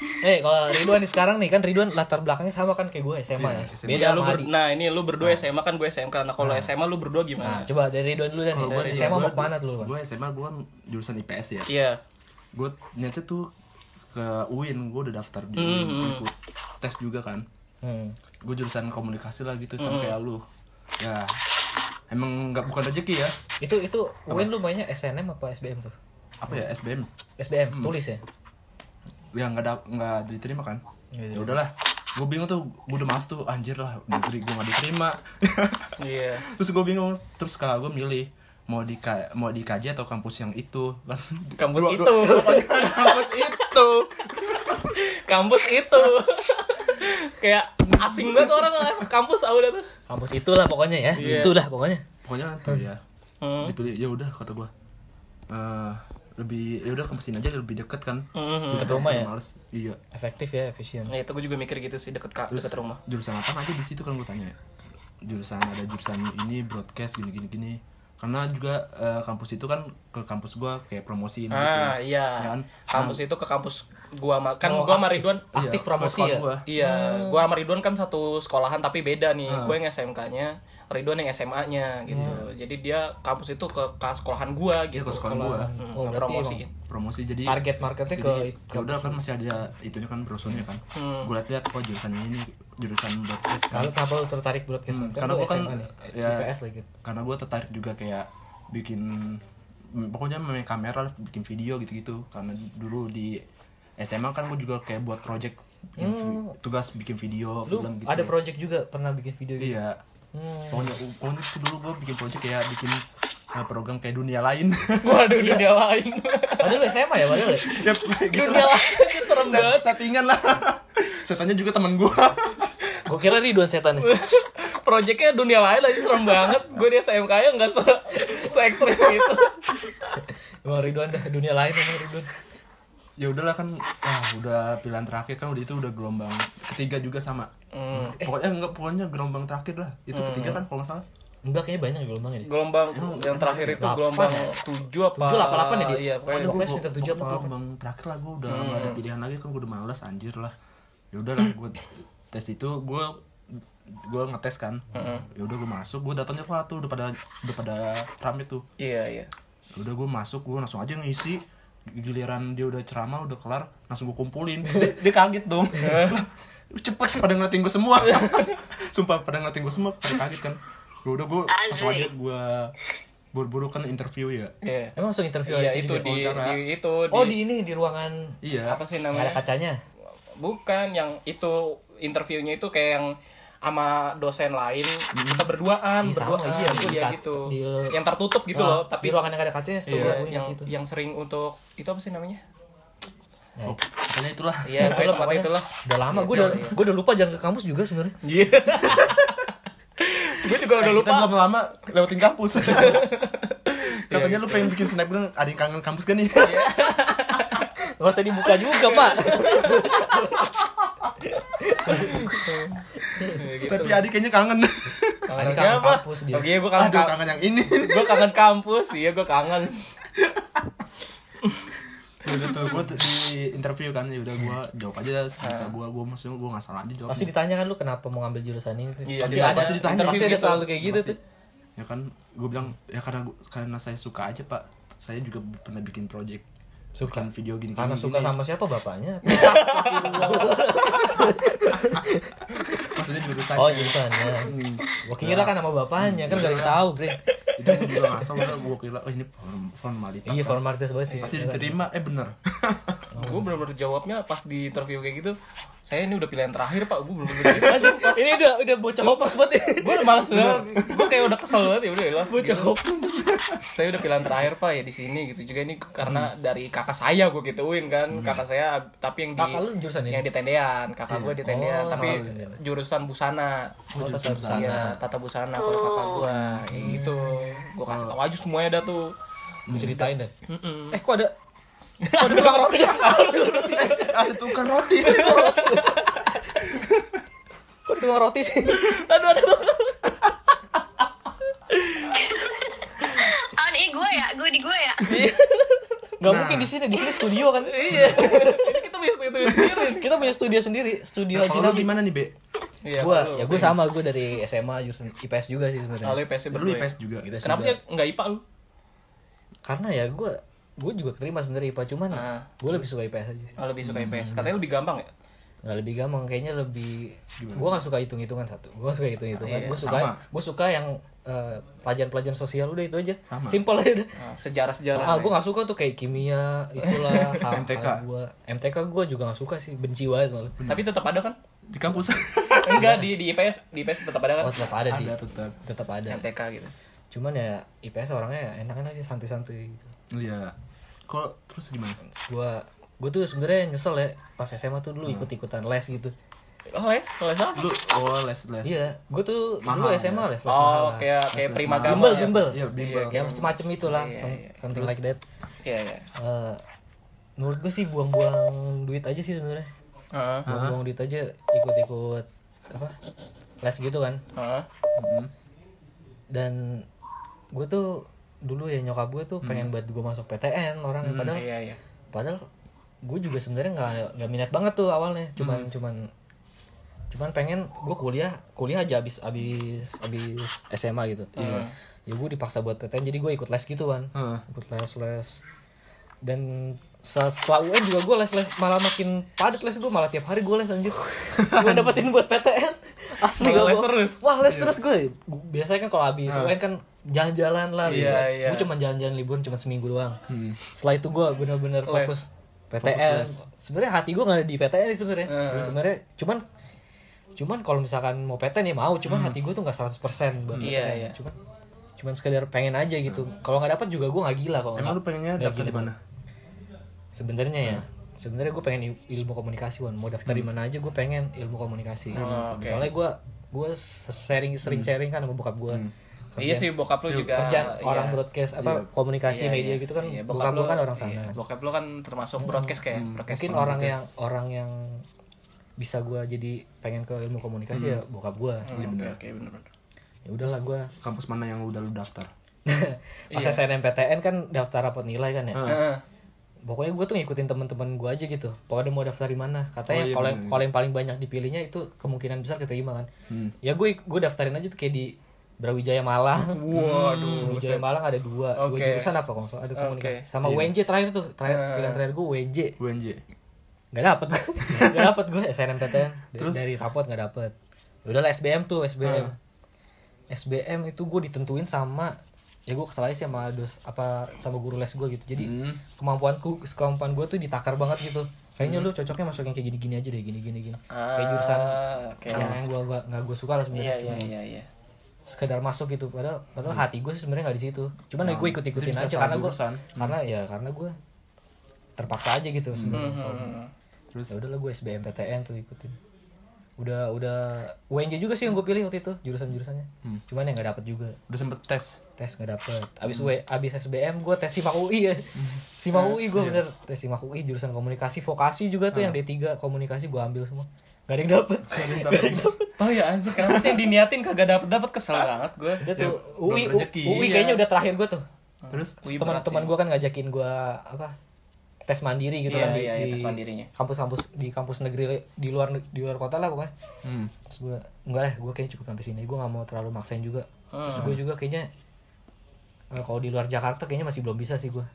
[SPEAKER 3] Eh kalau Ridwan nih sekarang nih kan Ridwan latar belakangnya sama kan kayak gue SMA ya.
[SPEAKER 2] SMA.
[SPEAKER 3] Beda
[SPEAKER 4] Iya, lu
[SPEAKER 3] sama
[SPEAKER 4] ber-
[SPEAKER 3] Adi.
[SPEAKER 4] nah ini lu berdua SMA kan gue SMK nah kalau SMA lu berdua
[SPEAKER 3] Nah
[SPEAKER 4] gimana
[SPEAKER 3] coba dari Ridwan dulu deh. nih. Dari SMA mau kemana dulu kan?
[SPEAKER 2] Gue SMA gue kan jurusan IPS ya.
[SPEAKER 4] iya
[SPEAKER 2] Gue niatnya tuh ke UIN, gue udah daftar di UIN,
[SPEAKER 3] Mm-hmm.
[SPEAKER 2] ikut tes juga kan.
[SPEAKER 3] Hmm.
[SPEAKER 2] Gue jurusan komunikasi lah gitu
[SPEAKER 3] Mm-hmm.
[SPEAKER 2] sama kayak lu. Ya, emang nggak bukan rezeki ya.
[SPEAKER 3] Itu itu Win lu mainnya SNM apa SBM tuh?
[SPEAKER 2] Apa ya SBM?
[SPEAKER 3] SBM tulis ya.
[SPEAKER 2] Ya nggak ada nggak diterima kan? Ya udahlah. Gue bingung tuh, gue udah mas tuh anjir lah, negeri gue nggak diterima.
[SPEAKER 4] iya
[SPEAKER 2] terus gue bingung terus kalau gue milih mau di K- mau di KJ atau kampus yang itu kan Dua-
[SPEAKER 4] kampus itu
[SPEAKER 2] dua- kampus itu
[SPEAKER 4] kampus itu kayak asing banget orang lah, kampus ah udah tuh
[SPEAKER 3] Kampus itulah pokoknya ya.
[SPEAKER 4] Iya.
[SPEAKER 3] Itu dah pokoknya.
[SPEAKER 2] pokoknya tuh ya
[SPEAKER 4] Hmm.
[SPEAKER 2] dipilih ya udah kata gue Eh, lebih ya udah kampus ini aja lebih deket kan
[SPEAKER 4] Mhm.
[SPEAKER 3] Deket rumah ya.
[SPEAKER 2] males iya
[SPEAKER 3] Efektif ya, efisien.
[SPEAKER 4] nah itu gue juga mikir gitu sih deket kak
[SPEAKER 2] terus
[SPEAKER 4] deket rumah
[SPEAKER 2] jurusan apa aja di situ kan gue tanya ya. jurusan ada jurusan ini broadcast gini gini gini karena juga eh, kampus itu kan ke kampus gua kayak promosiin gitu
[SPEAKER 4] ah iya
[SPEAKER 2] Ya kan?
[SPEAKER 4] kampus itu ke kampus gua sama- kan
[SPEAKER 3] Oh,
[SPEAKER 4] gua sama Ridwan
[SPEAKER 3] aktif
[SPEAKER 2] Iya,
[SPEAKER 3] promosi ya
[SPEAKER 2] kelas gua.
[SPEAKER 4] iya gua sama Ridwan kan satu sekolahan tapi beda nih gue yang SMK nya Ridwan yang SMA nya gitu jadi dia kampus itu ke, ke sekolahan gua
[SPEAKER 2] Iya
[SPEAKER 4] gitu
[SPEAKER 2] ke sekolah gua
[SPEAKER 4] Hmm,
[SPEAKER 3] Oh, berarti
[SPEAKER 4] promosiin
[SPEAKER 2] promosi jadi
[SPEAKER 3] target marketnya ke
[SPEAKER 2] jadi ya udah kan masih ada itunya kan brosurnya kan gue liat-liat kok jurusan ini jurusan broadcast kan
[SPEAKER 3] kalau kenapa lu tertarik broadcast
[SPEAKER 2] Hmm,
[SPEAKER 3] kan
[SPEAKER 2] karena
[SPEAKER 3] lu
[SPEAKER 2] gue kan
[SPEAKER 3] SMA nih
[SPEAKER 2] ya,
[SPEAKER 3] IPS lagi
[SPEAKER 2] karena gue tertarik juga kayak bikin mm, pokoknya main kamera lah, bikin video gitu-gitu karena dulu di SMA kan gue juga kayak buat project bikin vi- tugas bikin video
[SPEAKER 3] lu
[SPEAKER 2] film gitu
[SPEAKER 3] ada project juga pernah bikin video gitu
[SPEAKER 2] iya
[SPEAKER 4] Hmm.
[SPEAKER 2] pokoknya pokoknya tuh dulu gue bikin project kayak bikin eh, program kayak dunia lain
[SPEAKER 4] waduh dunia lain
[SPEAKER 3] padahal lu SMA ya padahal ya?
[SPEAKER 2] ya gitu
[SPEAKER 4] dunia
[SPEAKER 2] lah
[SPEAKER 4] lain serem
[SPEAKER 2] Set-
[SPEAKER 4] banget
[SPEAKER 2] settingan lah sesanya juga teman gue
[SPEAKER 3] gua kira Ridwan setan nih
[SPEAKER 4] Projectnya dunia lain lagi serem banget Gue di SMK nya gak ya se, gitu. se ekstrim itu
[SPEAKER 3] Emang Ridwan dah dunia lain emang Ridwan
[SPEAKER 2] ya udahlah kan ah, udah pilihan terakhir kan udah itu udah gelombang ketiga juga sama
[SPEAKER 4] Hmm.
[SPEAKER 2] pokoknya enggak pokoknya gelombang terakhir lah itu ketiga kan kalau nggak salah
[SPEAKER 3] enggak kayaknya banyak gelombang ini
[SPEAKER 4] Gelombang yang terakhir itu gelombang 7 apa
[SPEAKER 3] 7, 88 ya, Dit?
[SPEAKER 4] Iya
[SPEAKER 3] Pokoknya
[SPEAKER 4] pokoknya
[SPEAKER 3] gua- sekitar tujuh
[SPEAKER 2] pokoknya
[SPEAKER 3] apa apa.
[SPEAKER 2] gelombang terakhir lah gue udah nggak
[SPEAKER 4] Hmm.
[SPEAKER 2] ada pilihan lagi kan gue udah males anjir lah ya udahlah gue tes itu gue gue ngetes kan
[SPEAKER 4] Hmm.
[SPEAKER 2] ya udah gue masuk gue datangnya kelar tuh udah pada udah pada rame tuh
[SPEAKER 4] Iya iya
[SPEAKER 2] Ya udah gue masuk gue langsung aja ngisi giliran dia udah ceramah udah kelar langsung gue kumpulin dia, dia kaget dong
[SPEAKER 4] Iya.
[SPEAKER 2] Lah, cepet pada ngeliatin gue semua sumpah pada ngeliatin gue semua pada kaget kan ya udah gue langsung aja gue buru-buru kan interview ya
[SPEAKER 4] Iya
[SPEAKER 3] emang langsung interview
[SPEAKER 4] Iya
[SPEAKER 3] aja
[SPEAKER 4] itu
[SPEAKER 3] juga?
[SPEAKER 4] di,
[SPEAKER 2] wawancara.
[SPEAKER 4] di itu
[SPEAKER 3] oh di ini di ruangan
[SPEAKER 2] iya
[SPEAKER 4] apa
[SPEAKER 3] nggak
[SPEAKER 4] sih
[SPEAKER 3] ada
[SPEAKER 4] namanya
[SPEAKER 3] kacanya
[SPEAKER 4] bukan yang itu interviewnya itu kayak yang sama dosen lain kita berduaan
[SPEAKER 3] Ih, sama, Hmm.
[SPEAKER 4] berduaan
[SPEAKER 3] iya,
[SPEAKER 4] gitu,
[SPEAKER 3] di
[SPEAKER 4] ya
[SPEAKER 3] kat-
[SPEAKER 4] gitu
[SPEAKER 3] di-
[SPEAKER 4] yang tertutup gitu
[SPEAKER 3] Nah,
[SPEAKER 4] loh
[SPEAKER 3] di
[SPEAKER 4] tapi
[SPEAKER 3] ruangan yang ada kacanya setuju
[SPEAKER 4] Iya,
[SPEAKER 3] gua ingat
[SPEAKER 4] yang
[SPEAKER 3] itu.
[SPEAKER 4] yang sering untuk itu apa sih namanya
[SPEAKER 2] oh, makanya itulah
[SPEAKER 4] Iya,
[SPEAKER 3] itulah
[SPEAKER 4] pokoknya
[SPEAKER 3] pokoknya.
[SPEAKER 4] itulah.
[SPEAKER 3] udah lama gue udah gue udah lupa jalan ke kampus juga sebenarnya
[SPEAKER 4] Iya. gue juga udah
[SPEAKER 2] Eh,
[SPEAKER 4] lupa.
[SPEAKER 2] kita belum lama lewatin kampus
[SPEAKER 3] Iya.
[SPEAKER 2] katanya lu pengen bikin snapgram ada yang kangen kampus kan nih
[SPEAKER 3] Iya, nggak usah dibuka juga pak
[SPEAKER 2] tapi
[SPEAKER 3] gitu.
[SPEAKER 2] adik kayaknya kangen
[SPEAKER 3] kangen
[SPEAKER 4] Ada
[SPEAKER 3] kangen
[SPEAKER 4] siapa?
[SPEAKER 3] kampus dia
[SPEAKER 4] Oke, gue kangen,
[SPEAKER 2] aduh kangen yang ini
[SPEAKER 4] gue kangen kampus, iya gue kangen.
[SPEAKER 2] Ya udah tuh gue di interview kan ya udah gue jawab aja bisa gue gue maksudnya gue nggak salah aja jawab
[SPEAKER 3] Iya. pasti ditanya kan lu kenapa mau ngambil jurusan ini
[SPEAKER 4] Iya,
[SPEAKER 2] Pasti
[SPEAKER 4] dia
[SPEAKER 2] ada- pasti ditanya.
[SPEAKER 4] interview
[SPEAKER 3] pasti ada
[SPEAKER 4] gitu.
[SPEAKER 3] selalu kayak gitu tuh
[SPEAKER 2] ya kan gue bilang ya karena gua- karena saya suka aja pak saya juga pernah bikin project
[SPEAKER 3] Suka.
[SPEAKER 2] bikin video gini
[SPEAKER 3] karena
[SPEAKER 2] gini,
[SPEAKER 3] suka
[SPEAKER 2] gini.
[SPEAKER 3] sama siapa bapaknya
[SPEAKER 2] maksudnya jurusan
[SPEAKER 3] oh jurusannya gue kira kan sama bapaknya kan gak tahu bre
[SPEAKER 2] itu gue juga ngasal udah gue kira oh ini form- formalitas
[SPEAKER 3] iya
[SPEAKER 2] kan.
[SPEAKER 3] formalitas banget sih
[SPEAKER 2] pasti diterima eh bener
[SPEAKER 4] Gue bener-bener jawabnya pas di interview kayak gitu, saya ini udah pilihan terakhir pak, gitu gue belum bener
[SPEAKER 3] ini udah udah bocah hopeless banget
[SPEAKER 4] Gue udah males banget, gue kayak udah kesel banget ya udah ya lah.
[SPEAKER 3] bocah hopeless
[SPEAKER 4] Saya udah pilihan terakhir pak ya di sini gitu juga ini karena
[SPEAKER 3] Hmm.
[SPEAKER 4] dari kakak saya gue gituin kan, kakak saya ab- tapi yang di
[SPEAKER 3] Kakak lu jurusan ini?
[SPEAKER 4] yang di tendean, kakak gue di tendean,
[SPEAKER 3] Oh,
[SPEAKER 4] tapi
[SPEAKER 3] kakak lu di tendean.
[SPEAKER 4] jurusan busana.
[SPEAKER 3] oh tata
[SPEAKER 4] Iya,
[SPEAKER 3] busana Oh.
[SPEAKER 4] tata busana kalau kakak gua kayak gitu. Gua
[SPEAKER 3] Hmm.
[SPEAKER 4] kasih tau aja semuanya dah tuh.
[SPEAKER 3] Lu ceritain deh eh kok ada kok ada tukang roti
[SPEAKER 2] ada tukang roti
[SPEAKER 3] kok ada tukang roti sih aduh aduh
[SPEAKER 5] Oh, ini gue ya, gue di gue ya.
[SPEAKER 3] nggak mungkin di sini di sini studio kan Nah. iya
[SPEAKER 4] Ini kita bisa itu sendiri.
[SPEAKER 3] kita punya studio sendiri studio
[SPEAKER 2] Nah,
[SPEAKER 3] aja
[SPEAKER 2] kalau lu gimana nih be
[SPEAKER 4] Iya,
[SPEAKER 3] gua ya gua sama gua dari SMA jurusan IPS juga sih
[SPEAKER 4] Kalau
[SPEAKER 3] sebenarnya
[SPEAKER 4] IPS
[SPEAKER 2] lu
[SPEAKER 4] berdua. ya?
[SPEAKER 2] IPS juga
[SPEAKER 3] IPS
[SPEAKER 4] Kenapa sih
[SPEAKER 3] juga.
[SPEAKER 4] enggak IPA lu?
[SPEAKER 3] karena ya gua gua juga keterima sebenarnya IPA cuman
[SPEAKER 4] Ah.
[SPEAKER 3] gua lebih suka IPS aja sih
[SPEAKER 4] Oh, lebih suka IPS. Katanya lebih gampang ya?
[SPEAKER 3] nggak lebih gampang kayaknya lebih gua nggak suka hitung hitungan satu gua nggak suka hitung hitungan gua suka
[SPEAKER 2] Ah, iya, sama.
[SPEAKER 3] gua suka yang eh, pelajaran-pelajaran sosial udah itu aja
[SPEAKER 2] Sama.
[SPEAKER 3] simple aja udah.
[SPEAKER 4] Nah, Sejarah-sejarah.
[SPEAKER 3] Ah, gua nggak suka tuh kayak kimia, itulah hal
[SPEAKER 2] MTK.
[SPEAKER 3] gua. MTK gua juga nggak suka sih, benci banget malah.
[SPEAKER 4] Tapi tetap ada kan?
[SPEAKER 2] di kampus
[SPEAKER 4] Enggak di di IPS, di IPS tetap ada kan?
[SPEAKER 3] Oh, tetap ada, di,
[SPEAKER 2] ada tetap
[SPEAKER 3] tetap ada.
[SPEAKER 4] MTK gitu.
[SPEAKER 3] Cuman ya IPS orangnya enak-enak sih, santuy-santuy gitu.
[SPEAKER 2] iya kok terus gimana
[SPEAKER 3] gua gua tuh sebenarnya nyesel ya pas SMA tuh dulu
[SPEAKER 2] Hmm.
[SPEAKER 3] ikut-ikutan les gitu
[SPEAKER 4] Oh, les, les apa?
[SPEAKER 2] lu oh les les
[SPEAKER 3] iya gua tuh dulu
[SPEAKER 2] Mahal,
[SPEAKER 3] SMA les les mahal Ah,
[SPEAKER 4] Oh,
[SPEAKER 3] lah.
[SPEAKER 4] kayak kayak
[SPEAKER 2] Les-les
[SPEAKER 4] prima
[SPEAKER 2] mahal.
[SPEAKER 4] gama.
[SPEAKER 3] bimbel
[SPEAKER 4] ya?
[SPEAKER 3] bimbel
[SPEAKER 2] Iya, bimbel.
[SPEAKER 3] yang semacam itulah
[SPEAKER 4] Iya,
[SPEAKER 3] some-
[SPEAKER 4] iya.
[SPEAKER 3] something like that
[SPEAKER 4] Iya, iya.
[SPEAKER 3] Eh, menurut gua sih buang-buang duit aja sih sebenarnya
[SPEAKER 4] Heeh.
[SPEAKER 3] buang-buang duit aja ikut-ikut apa les gitu kan
[SPEAKER 4] Heeh.
[SPEAKER 2] Mm-mm.
[SPEAKER 3] dan gue tuh dulu ya nyokap gue tuh pengen
[SPEAKER 2] Hmm.
[SPEAKER 3] buat gue masuk PTN orang padahal
[SPEAKER 4] Iya iya.
[SPEAKER 3] padahal gue juga sebenarnya nggak nggak minat banget tuh awalnya cuman
[SPEAKER 4] Hmm.
[SPEAKER 3] cuman cuman pengen gue kuliah kuliah aja abis abis abis SMA gitu
[SPEAKER 4] Iya.
[SPEAKER 3] ya gue dipaksa buat PTN jadi gue ikut les gitu kan
[SPEAKER 2] Heeh.
[SPEAKER 3] ikut les les dan se- setelah UN juga gue les les malah makin padat les gue malah tiap hari gue les anjir gue dapetin buat PTN asli
[SPEAKER 4] Malah
[SPEAKER 3] gua
[SPEAKER 4] les
[SPEAKER 3] bohong.
[SPEAKER 4] terus. Iya.
[SPEAKER 3] wah les terus gue Gu- biasanya kan kalau habis UN kan jalan-jalan lah
[SPEAKER 4] Iya,
[SPEAKER 3] libur.
[SPEAKER 4] iya.
[SPEAKER 3] gue cuma jalan-jalan liburan cuma seminggu doang setelah itu gue bener-bener
[SPEAKER 4] Les.
[SPEAKER 3] fokus PTN sebenarnya hati gue nggak ada di PTN sih sebenarnya sebenarnya cuman cuman kalau misalkan mau PTN ya mau cuman hati gue tuh nggak 100% buat PTN
[SPEAKER 4] Iya, iya.
[SPEAKER 3] cuman cuman sekedar pengen aja gitu kalau nggak dapat juga gue nggak gila kalau
[SPEAKER 2] Emang
[SPEAKER 3] nggak-
[SPEAKER 2] lu pengennya
[SPEAKER 3] nggak
[SPEAKER 2] daftar
[SPEAKER 3] gila
[SPEAKER 2] di mana?
[SPEAKER 3] sebenarnya ya sebenarnya gue pengen il- ilmu komunikasi wan mau daftar di mana aja gue pengen ilmu komunikasi
[SPEAKER 4] Oh, oke.
[SPEAKER 3] soalnya gue gue sharing sering sharing kan sama bokap gue
[SPEAKER 4] Iya sih bokap lu juga
[SPEAKER 3] kerjaan
[SPEAKER 4] iya.
[SPEAKER 3] orang broadcast apa komunikasi
[SPEAKER 4] Iya,
[SPEAKER 3] media
[SPEAKER 4] iya.
[SPEAKER 3] gitu kan
[SPEAKER 4] Iya,
[SPEAKER 3] bokap, lu
[SPEAKER 4] lu-
[SPEAKER 3] kan orang sana Hmm.
[SPEAKER 4] iya, bokap lu kan termasuk broadcast kayak broadcast
[SPEAKER 3] mungkin orang yang orang yang bisa gue jadi pengen ke ilmu komunikasi
[SPEAKER 4] Hmm.
[SPEAKER 3] ya bokap gue
[SPEAKER 4] Iya, oke oke benar benar
[SPEAKER 3] ya udahlah gue
[SPEAKER 2] Kampus mana yang udah lu daftar?
[SPEAKER 3] pas
[SPEAKER 4] Iya.
[SPEAKER 3] SNMPTN kan daftar rapot nilai kan ya
[SPEAKER 4] Heeh.
[SPEAKER 3] pokoknya gue tuh ngikutin teman-teman gue aja gitu pokoknya mau daftar di mana
[SPEAKER 4] Oh,
[SPEAKER 3] katanya
[SPEAKER 4] iya,
[SPEAKER 3] kalau yang- kalau yang paling banyak dipilihnya itu kemungkinan besar keterima kan
[SPEAKER 4] Hmm.
[SPEAKER 3] ya gue gue daftarin aja tuh kayak di Brawijaya Malang
[SPEAKER 4] waduh
[SPEAKER 3] Brawijaya Malang ada dua dua
[SPEAKER 4] Oke.
[SPEAKER 3] jurusan apa kalau nggak salah, ada
[SPEAKER 4] Oke. Iya. Eh.
[SPEAKER 3] komunikasi sama UNJ terakhir tuh terakhir pilihan terakhir gue UNJ
[SPEAKER 2] UNJ.
[SPEAKER 3] nggak dapet gue nggak dapet gue SNMPTN dari, dari rapot nggak dapet Ya udahlah SBM tuh SBM
[SPEAKER 4] Eh.
[SPEAKER 3] SBM itu gue ditentuin sama ya gue kesel aja sih sama dos apa sama guru les gue gitu jadi
[SPEAKER 4] Hmm.
[SPEAKER 3] kemampuanku kemampuan gue tuh ditakar banget gitu kayaknya
[SPEAKER 4] Hmm.
[SPEAKER 3] lu cocoknya masuk yang kayak gini-gini aja deh gini-gini gini kayak jurusan
[SPEAKER 4] Ah, oke
[SPEAKER 3] yang yang gue gak, gue suka lah sebenarnya
[SPEAKER 4] iya
[SPEAKER 3] cuma
[SPEAKER 4] iya iya iya
[SPEAKER 3] sekedar masuk gitu padahal padahal
[SPEAKER 4] Hmm.
[SPEAKER 3] hati gue sih sebenarnya nggak di situ cuman
[SPEAKER 4] Nah,
[SPEAKER 3] gue ikut ikutin
[SPEAKER 2] itu bisa
[SPEAKER 3] aja
[SPEAKER 2] salah
[SPEAKER 3] karena gue
[SPEAKER 2] jurusan.
[SPEAKER 3] karena ya karena gue terpaksa aja gitu sebenarnya
[SPEAKER 4] Hmm,
[SPEAKER 3] Kalau-
[SPEAKER 4] hmm, hmm.
[SPEAKER 2] Terus?
[SPEAKER 3] ya udahlah gue SBMPTN tuh ikutin udah udah UNJ juga sih yang gue pilih waktu itu jurusan jurusannya
[SPEAKER 4] Hmm.
[SPEAKER 3] cuman yang nggak dapet juga
[SPEAKER 2] Udah sempet tes.
[SPEAKER 3] tes nggak dapet abis W abis SBM gue tes simak UI ya simak UI
[SPEAKER 4] Iya.
[SPEAKER 3] gue bener tes simak UI jurusan komunikasi vokasi juga
[SPEAKER 4] Hmm.
[SPEAKER 3] tuh yang D3 komunikasi gue ambil semua gak ada yang dapet
[SPEAKER 4] Oh ya anjir kenapa sih yang diniatin kagak dapet dapet kesel
[SPEAKER 3] Ah.
[SPEAKER 4] banget gue.
[SPEAKER 3] udah tuh
[SPEAKER 2] belum
[SPEAKER 3] UI
[SPEAKER 2] rezeki.
[SPEAKER 3] UI
[SPEAKER 4] iya.
[SPEAKER 3] kayaknya udah terakhir gue tuh
[SPEAKER 2] Terus
[SPEAKER 4] UI berat
[SPEAKER 3] teman-teman
[SPEAKER 4] sih.
[SPEAKER 3] gue kan ngajakin gue apa tes mandiri gitu kan
[SPEAKER 4] Iya,
[SPEAKER 3] di,
[SPEAKER 4] iya, iya,
[SPEAKER 3] di
[SPEAKER 4] tes mandirinya.
[SPEAKER 3] kampus-kampus di kampus negeri di luar di luar kota lah pokoknya
[SPEAKER 2] hmm.
[SPEAKER 3] terus gue enggak lah gue kayaknya cukup sampai sini gue nggak mau terlalu maksain juga terus
[SPEAKER 4] Hmm.
[SPEAKER 3] gue juga kayaknya eh, kalau di luar Jakarta kayaknya masih belum bisa sih gue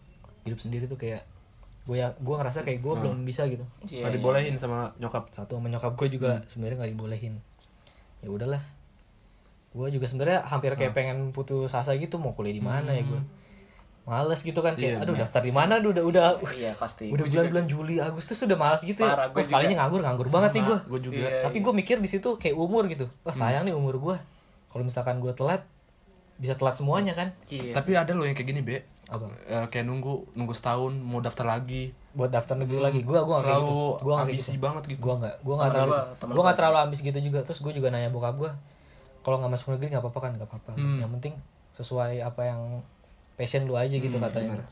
[SPEAKER 3] hidup sendiri tuh kayak gue ya gue ngerasa kayak gue belum bisa gitu
[SPEAKER 4] Iya,
[SPEAKER 2] nggak
[SPEAKER 4] iya.
[SPEAKER 2] dibolehin sama nyokap.
[SPEAKER 3] satu sama nyokap gue juga sebenarnya nggak dibolehin ya udahlah gue juga sebenarnya hampir kayak pengen putus asa gitu mau kuliah di mana ya gue males gitu kan kayak
[SPEAKER 2] Iya,
[SPEAKER 3] aduh daftar di mana aduh udah udah
[SPEAKER 4] Iya pasti.
[SPEAKER 3] udah bulan-bulan Juli Agustus sudah malas gitu ya
[SPEAKER 4] Parah,
[SPEAKER 3] Wah,
[SPEAKER 4] gua
[SPEAKER 3] sekalinya nganggur nganggur banget nih gue
[SPEAKER 2] Gue juga.
[SPEAKER 4] Iya,
[SPEAKER 3] tapi gue mikir di situ kayak umur gitu wah sayang nih umur gue kalau misalkan gue telat bisa telat semuanya kan
[SPEAKER 4] Iya.
[SPEAKER 2] Tapi ada loh yang kayak gini, Be.
[SPEAKER 3] Apa?
[SPEAKER 2] Eh, kayak nunggu nunggu setahun mau daftar lagi.
[SPEAKER 3] buat daftar negeri lagi gue gue nggak kayak
[SPEAKER 2] Selalu
[SPEAKER 3] gitu gue nggak kayak
[SPEAKER 2] ambisi
[SPEAKER 3] gitu
[SPEAKER 2] banget gitu.
[SPEAKER 3] gue nggak gue nggak terlalu gue nggak terlalu ambis gitu juga terus gue juga nanya bokap gue kalau nggak masuk negeri nggak apa-apa kan nggak apa-apa
[SPEAKER 2] Hmm.
[SPEAKER 3] yang penting sesuai apa yang passion lu aja gitu
[SPEAKER 2] Hmm,
[SPEAKER 3] katanya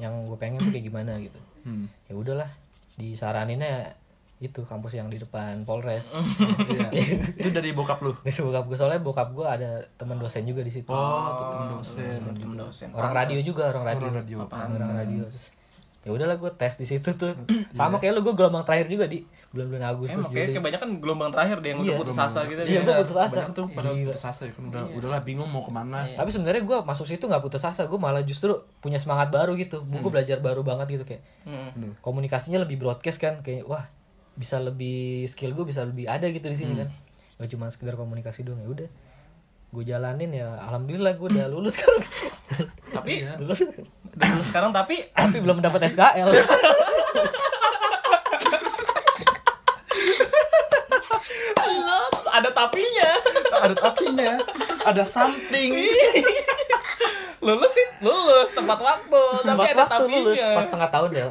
[SPEAKER 3] yang gue pengen tuh kayak gimana gitu ya udahlah disaraninnya itu kampus yang di depan Polres
[SPEAKER 2] Iya. Itu dari bokap lu.
[SPEAKER 3] dari bokap gue soalnya bokap gue ada teman dosen juga di situ
[SPEAKER 2] Oh, tetep dosen.
[SPEAKER 4] Temen dosen.
[SPEAKER 3] orang radio juga orang radio orang
[SPEAKER 2] radio.
[SPEAKER 3] radio, Terus, ya udahlah gue tes di situ tuh
[SPEAKER 2] Iya.
[SPEAKER 3] sama kayak lu gue gelombang terakhir juga di bulan-bulan Agustus
[SPEAKER 4] Emang kayak
[SPEAKER 3] Juli
[SPEAKER 4] kebanyakan gelombang terakhir deh yang udah
[SPEAKER 3] Iya,
[SPEAKER 4] putus asa gitu.
[SPEAKER 3] iya gue putus asa
[SPEAKER 2] ya. Banyak tuh pada putus asa ya kan udah udahlah bingung mau kemana.
[SPEAKER 4] Iya.
[SPEAKER 3] tapi sebenarnya gue masuk situ nggak putus asa gue malah justru punya semangat baru gitu gue belajar baru banget gitu kayak
[SPEAKER 4] Hmm.
[SPEAKER 3] komunikasinya lebih broadcast kan kayak wah bisa lebih skill gue bisa lebih ada gitu di sini
[SPEAKER 4] Hmm.
[SPEAKER 3] kan gak cuma sekedar komunikasi doang ya udah gue jalanin ya alhamdulillah gue udah lulus kan Iya.
[SPEAKER 4] Tapi
[SPEAKER 3] lulus
[SPEAKER 4] dan lu sekarang tapi
[SPEAKER 3] tapi belum dapat SKL
[SPEAKER 4] ada tapinya.
[SPEAKER 2] ada tapinya. Ada something.
[SPEAKER 4] Lulus sih, lulus tepat waktu, tapi
[SPEAKER 3] Tempat
[SPEAKER 4] ada
[SPEAKER 3] waktu
[SPEAKER 4] tapinya.
[SPEAKER 3] lulus pas tengah tahun ya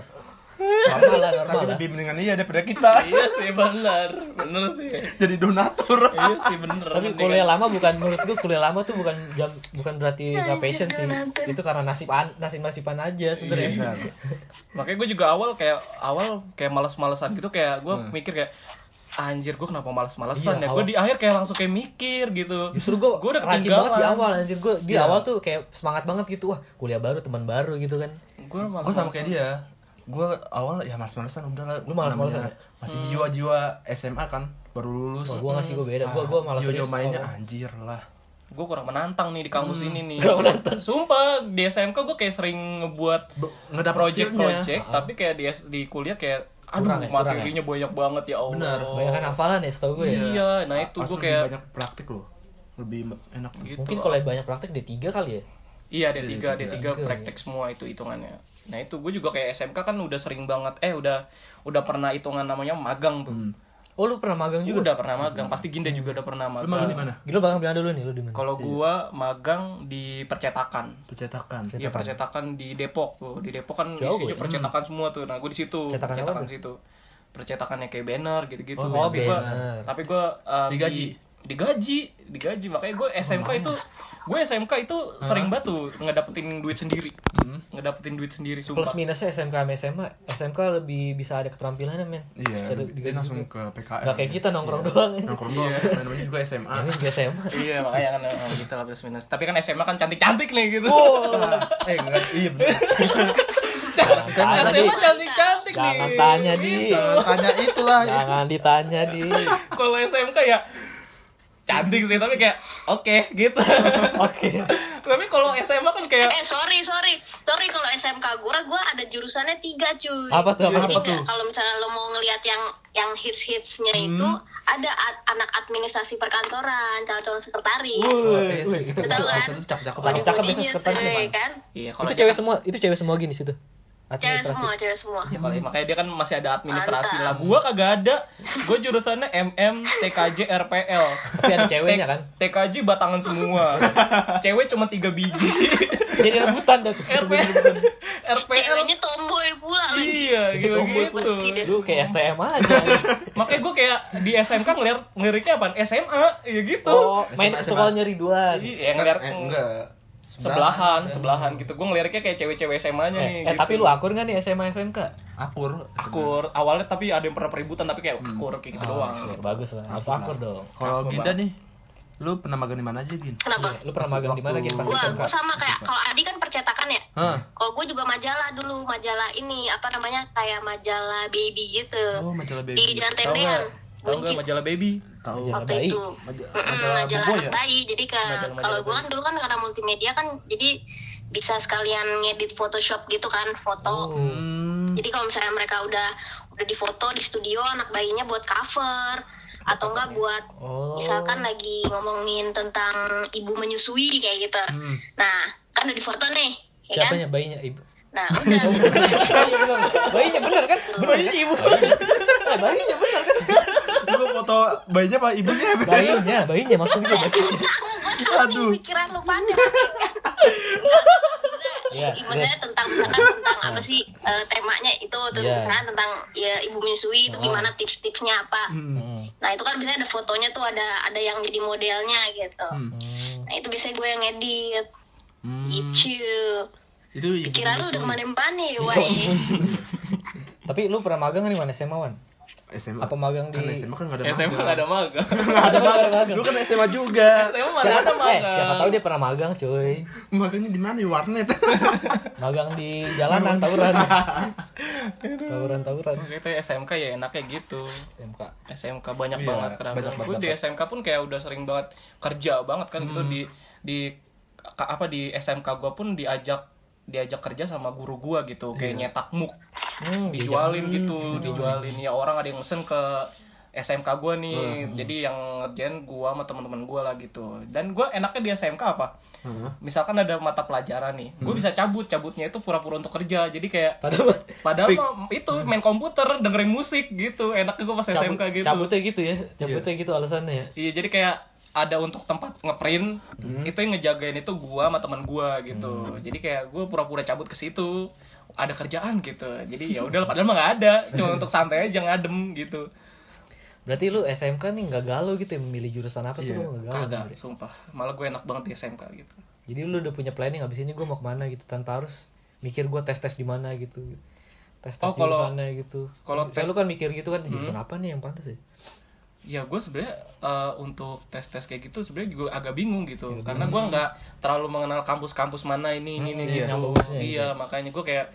[SPEAKER 3] normal lah normal
[SPEAKER 2] Tapi
[SPEAKER 3] lah
[SPEAKER 2] lebih mendingan iya daripada kita.
[SPEAKER 4] Iya sih benar. Bener sih.
[SPEAKER 2] Jadi donatur.
[SPEAKER 4] Iya sih bener.
[SPEAKER 3] tapi kuliah lama bukan menurut gue kuliah lama tuh bukan jam bukan berarti nggak passion sih itu karena nasib an- nasib nasiban aja
[SPEAKER 4] Iya,
[SPEAKER 3] sebenarnya
[SPEAKER 4] Makanya gue juga awal kayak awal kayak malas-malasan gitu kayak gue mikir kayak anjir gue kenapa malas-malesan
[SPEAKER 3] Nah. Iya,
[SPEAKER 4] ya gue
[SPEAKER 3] awal-
[SPEAKER 4] di akhir kayak langsung kayak mikir gitu
[SPEAKER 3] Justru gue
[SPEAKER 4] Gua udah
[SPEAKER 3] rajin banget di
[SPEAKER 4] ketinggalan.
[SPEAKER 3] awal anjir gue di
[SPEAKER 4] Iya.
[SPEAKER 3] awal tuh kayak semangat banget gitu wah kuliah baru teman baru gitu kan
[SPEAKER 4] gue
[SPEAKER 2] gue sama kayak dia gue awal ya males-malesan udah lah
[SPEAKER 3] Lu males-malesan
[SPEAKER 2] Namanya ya? masih jiwa-jiwa SMA kan baru lulus
[SPEAKER 3] Wah, gue
[SPEAKER 4] Hmm.
[SPEAKER 3] ngasih gue beda
[SPEAKER 4] Ah,
[SPEAKER 3] gue gue malah
[SPEAKER 2] jiwa-jiwa
[SPEAKER 3] serius
[SPEAKER 2] mainnya anjir lah
[SPEAKER 4] gue kurang menantang nih di kampus
[SPEAKER 3] Hmm.
[SPEAKER 4] ini nih sumpah di SMK gue kayak sering ngebuat
[SPEAKER 2] Be- ngedapet
[SPEAKER 4] project-project
[SPEAKER 2] feel-nya.
[SPEAKER 4] tapi kayak di, di kuliah kayak aduh
[SPEAKER 3] Kurang ya, kurang ya.
[SPEAKER 4] materinya banyak banget ya Allah
[SPEAKER 2] Benar,
[SPEAKER 3] banyak kan hafalan ya setahu gue ya
[SPEAKER 4] iya nah itu
[SPEAKER 2] Pas
[SPEAKER 4] gue
[SPEAKER 2] lebih
[SPEAKER 4] kayak
[SPEAKER 2] banyak praktik loh lebih enak tuh
[SPEAKER 4] gitu
[SPEAKER 3] mungkin kalau yang banyak praktek D 3 kali ya
[SPEAKER 4] Iya D3, D3,
[SPEAKER 3] D3.
[SPEAKER 4] praktek semua itu hitungannya. Nah itu gue juga kayak SMK kan udah sering banget, eh udah udah pernah hitungan namanya magang tuh.
[SPEAKER 3] oh lu pernah magang juga
[SPEAKER 4] Juga udah pernah magang, pasti Ginda juga udah pernah
[SPEAKER 2] lu
[SPEAKER 4] magang.
[SPEAKER 2] magang di mana
[SPEAKER 3] Gila magang di mana dulu nih lu di mana
[SPEAKER 4] Kalau gua magang di percetakan.
[SPEAKER 2] percetakan
[SPEAKER 4] Iya percetakan di Depok tuh. Di Depok kan
[SPEAKER 3] Jauh
[SPEAKER 4] isinya
[SPEAKER 3] ya?
[SPEAKER 4] percetakan semua tuh. Nah, gue di situ,
[SPEAKER 3] Cetakan apa
[SPEAKER 4] percetakan
[SPEAKER 3] tuh?
[SPEAKER 4] situ. Percetakannya kayak banner gitu-gitu.
[SPEAKER 2] Oh,
[SPEAKER 4] tapi gua
[SPEAKER 3] banner.
[SPEAKER 4] tapi gua uh,
[SPEAKER 2] Digaji?
[SPEAKER 4] di- digaji, digaji. Makanya gue SMK
[SPEAKER 3] Oh,
[SPEAKER 4] itu gue SMK itu sering banget tuh ngedapetin duit sendiri. Ngedapetin duit sendiri
[SPEAKER 3] Hmm. plus
[SPEAKER 4] sumpah.
[SPEAKER 3] minusnya SMK sama SMA SMK lebih bisa ada keterampilannya men
[SPEAKER 2] iya
[SPEAKER 3] Secara
[SPEAKER 2] dia
[SPEAKER 3] digaji
[SPEAKER 2] langsung
[SPEAKER 3] juga.
[SPEAKER 2] ke PKL
[SPEAKER 3] Gak kayak kita nongkrong doang.
[SPEAKER 2] Iya.
[SPEAKER 3] Iya.
[SPEAKER 2] nongkrong doang namanya juga SMA
[SPEAKER 3] ini juga SMA
[SPEAKER 4] iya, makanya kan eh, gitu lah plus minus. Tapi kan SMA kan cantik-cantik nih gitu.
[SPEAKER 3] Oh,
[SPEAKER 2] eh enggak iya bener.
[SPEAKER 3] tanya, Di.
[SPEAKER 4] SMA cantik-cantik nih.
[SPEAKER 3] jangan tanya di
[SPEAKER 4] Gitu.
[SPEAKER 2] Eh, tanya itulah
[SPEAKER 3] jangan ditanya di
[SPEAKER 4] kalau SMK ya cantik sih tapi kayak oke gitu
[SPEAKER 3] oke
[SPEAKER 4] tapi kalau SMA kan kayak
[SPEAKER 3] Iya.
[SPEAKER 5] Eh sorry sorry sorry kalau SMK gua gua ada jurusannya tiga cuy.
[SPEAKER 3] Apa tuh, apa
[SPEAKER 5] Jadi
[SPEAKER 3] tuh?
[SPEAKER 5] kayak Kalau misalnya lo mau ngelihat yang yang hits hitsnya
[SPEAKER 3] Hmm.
[SPEAKER 5] itu ada a- anak administrasi perkantoran, calon-calon sekretaris.
[SPEAKER 3] Wih,
[SPEAKER 2] Eh,
[SPEAKER 3] itu-
[SPEAKER 2] itu
[SPEAKER 5] Betul kan?
[SPEAKER 2] itu cakep-cakep
[SPEAKER 3] Cakep,
[SPEAKER 5] Body-body-nya
[SPEAKER 3] cakep biasa sekretaris
[SPEAKER 5] tuh,
[SPEAKER 3] tuh, Mas.
[SPEAKER 5] kan?
[SPEAKER 4] iya kalau
[SPEAKER 3] itu cewek semua itu cewek semua gini situ
[SPEAKER 5] Cewek semua, cewek semua.
[SPEAKER 4] ya, kalau- makanya dia kan masih ada administrasi
[SPEAKER 5] Mantap.
[SPEAKER 4] lah gua kagak ada gua jurusannya MM TKJ RPL
[SPEAKER 3] tapi ada ceweknya kan
[SPEAKER 4] TKJ batangan semua cewek cuma tiga biji
[SPEAKER 3] jadi rebutan dah tuh.
[SPEAKER 4] RPL RPL
[SPEAKER 5] Ceweknya tomboy pula lagi.
[SPEAKER 4] iya gitu gitu
[SPEAKER 5] Pasti deh.
[SPEAKER 3] lu kayak STM aja
[SPEAKER 4] makanya gua kayak di SMK ngelirik ngeliriknya apa SMA ya gitu
[SPEAKER 3] oh main
[SPEAKER 2] SMA.
[SPEAKER 3] sekolahnya Ridwan
[SPEAKER 4] iya
[SPEAKER 2] enggak
[SPEAKER 4] ngelirik
[SPEAKER 2] Eh, enggak
[SPEAKER 4] sebelahan sebelahan gitu gue ngeliriknya kayak cewek-cewek SMA-nya nih
[SPEAKER 3] eh, eh,
[SPEAKER 4] gitu.
[SPEAKER 3] tapi lu akur gak nih SMA SMK
[SPEAKER 2] akur
[SPEAKER 4] akur awalnya tapi ada yang pernah peributan tapi kayak akur kayak gitu doang
[SPEAKER 3] Hmm. Oh, Oke, Ah, bagus lah harus akur dong
[SPEAKER 2] kalau Ginda nih lu pernah magang di mana aja Gin
[SPEAKER 5] Kenapa?
[SPEAKER 3] Iya, lu pernah magang di mana gitu pas
[SPEAKER 5] Gua,
[SPEAKER 3] SMK
[SPEAKER 5] gua sama kayak kalau Adi kan percetakan ya.
[SPEAKER 2] Hah?
[SPEAKER 5] Kalau gua juga majalah dulu, majalah ini apa namanya kayak majalah baby gitu.
[SPEAKER 2] oh majalah baby
[SPEAKER 5] Di Jalan
[SPEAKER 4] Tahu nggak?
[SPEAKER 5] Tendean.
[SPEAKER 4] Tahu nggak
[SPEAKER 5] Buncit.
[SPEAKER 4] majalah baby
[SPEAKER 2] tahu
[SPEAKER 3] Majalah Iya,
[SPEAKER 5] waktu
[SPEAKER 3] bayi.
[SPEAKER 5] itu ya kan?
[SPEAKER 2] Maja-
[SPEAKER 5] Mm-mm,
[SPEAKER 2] majalah
[SPEAKER 5] majalah
[SPEAKER 2] Bobo
[SPEAKER 5] anak
[SPEAKER 2] ya?
[SPEAKER 5] bayi jadi ke
[SPEAKER 4] Majalah-majalah
[SPEAKER 5] kalau gue kan dulu kan karena multimedia kan jadi bisa sekalian ngedit Photoshop gitu kan foto
[SPEAKER 2] Hmm.
[SPEAKER 5] jadi kalau misalnya mereka udah udah difoto di studio anak bayinya buat cover atau enggak buat
[SPEAKER 3] Oh.
[SPEAKER 5] misalkan lagi ngomongin tentang ibu menyusui kayak gitu nah kan udah difoto nih ya kan
[SPEAKER 3] siapanya bayinya ibu
[SPEAKER 5] nah udah
[SPEAKER 3] bayinya bener kan bener kan ibu Eh, bayinya bener kan
[SPEAKER 2] lu foto bayinya apa ibunya
[SPEAKER 3] bayinya bayinya maksud gue bayinya
[SPEAKER 5] Aduh. pikiran lu pada Enggak,
[SPEAKER 3] Iya,
[SPEAKER 5] enggak. Ya, Maksudnya
[SPEAKER 3] iya.
[SPEAKER 5] tentang misalkan tentang apa sih eh, temanya itu tuh
[SPEAKER 3] Iya.
[SPEAKER 5] misalkan tentang ya ibu menyusui itu gimana tips-tipsnya apa.
[SPEAKER 3] Hmm.
[SPEAKER 5] Nah, itu kan biasanya ada fotonya tuh ada ada yang jadi modelnya gitu. Nah, itu biasanya gue yang edit.
[SPEAKER 2] Hmm.
[SPEAKER 5] Gitu.
[SPEAKER 2] itu ibu
[SPEAKER 5] Pikiran lu
[SPEAKER 2] menyusui.
[SPEAKER 5] udah kemana-mana ya, wah.
[SPEAKER 3] tapi lu pernah magang nggak di mana SMA wan
[SPEAKER 2] SMA
[SPEAKER 3] apa magang di-
[SPEAKER 2] kan SMA kan nggak ada
[SPEAKER 4] SMA
[SPEAKER 2] magang.
[SPEAKER 4] nggak ada magang
[SPEAKER 2] Nggak ada magang lu kan SMA juga
[SPEAKER 4] SMA mana
[SPEAKER 3] siapa,
[SPEAKER 4] ada
[SPEAKER 3] eh,
[SPEAKER 4] magang
[SPEAKER 3] siapa tahu dia pernah magang cuy
[SPEAKER 2] magangnya di mana di warnet
[SPEAKER 3] magang di jalanan tawuran tawuran tawuran
[SPEAKER 4] kita SMK ya enaknya gitu
[SPEAKER 3] SMK
[SPEAKER 4] SMK banyak
[SPEAKER 2] Iya,
[SPEAKER 4] banget
[SPEAKER 2] banyak
[SPEAKER 4] kerabang gue
[SPEAKER 2] banget.
[SPEAKER 4] di SMK pun kayak udah sering banget kerja banget kan gitu di di ka- apa di SMK gue pun diajak diajak kerja sama guru gua gitu kayak nyetak muk
[SPEAKER 3] hmm,
[SPEAKER 4] dijualin gitu dijualin ya orang ada yang mesen ke SMK gua
[SPEAKER 3] Hmm,
[SPEAKER 4] nih jadi yang ngerjain gua sama teman-teman gua lah gitu dan gua enaknya di SMK apa
[SPEAKER 3] Hmm.
[SPEAKER 4] misalkan ada mata pelajaran nih gua bisa cabut cabutnya itu pura-pura untuk kerja jadi kayak
[SPEAKER 3] padahal
[SPEAKER 4] padahal mah itu main komputer dengerin musik gitu enaknya gua pas
[SPEAKER 3] cabut,
[SPEAKER 4] SMK gitu
[SPEAKER 3] cabutnya gitu ya cabutnya gitu alasannya ya
[SPEAKER 4] iya jadi kayak ada untuk tempat ngeprint itu yang ngejagain itu gua sama teman gua gitu jadi kayak gua pura-pura cabut ke situ ada kerjaan gitu jadi ya udah padahal mah nggak ada cuma untuk santai aja ngadem gitu
[SPEAKER 3] berarti lu SMK nih nggak galau gitu ya memilih jurusan apa tuh lu nggak galau
[SPEAKER 4] Iya. kagak sumpah malah gue enak banget di SMK gitu
[SPEAKER 3] jadi lu udah punya planning abis ini gue mau kemana gitu tanpa harus mikir gue tes tes di mana gitu tes tes
[SPEAKER 4] Oh, kalau-
[SPEAKER 3] jurusannya gitu
[SPEAKER 4] kalau Hmm.
[SPEAKER 3] Misalnya lu kan mikir gitu kan jurusan apa nih yang pantas ya
[SPEAKER 4] ya gue sebenarnya eh, untuk tes tes kayak gitu sebenarnya juga agak bingung gitu karena gue nggak terlalu mengenal kampus-kampus mana ini ini, ini
[SPEAKER 3] iya,
[SPEAKER 4] gitu
[SPEAKER 3] kampusnya
[SPEAKER 4] iya makanya gue kayak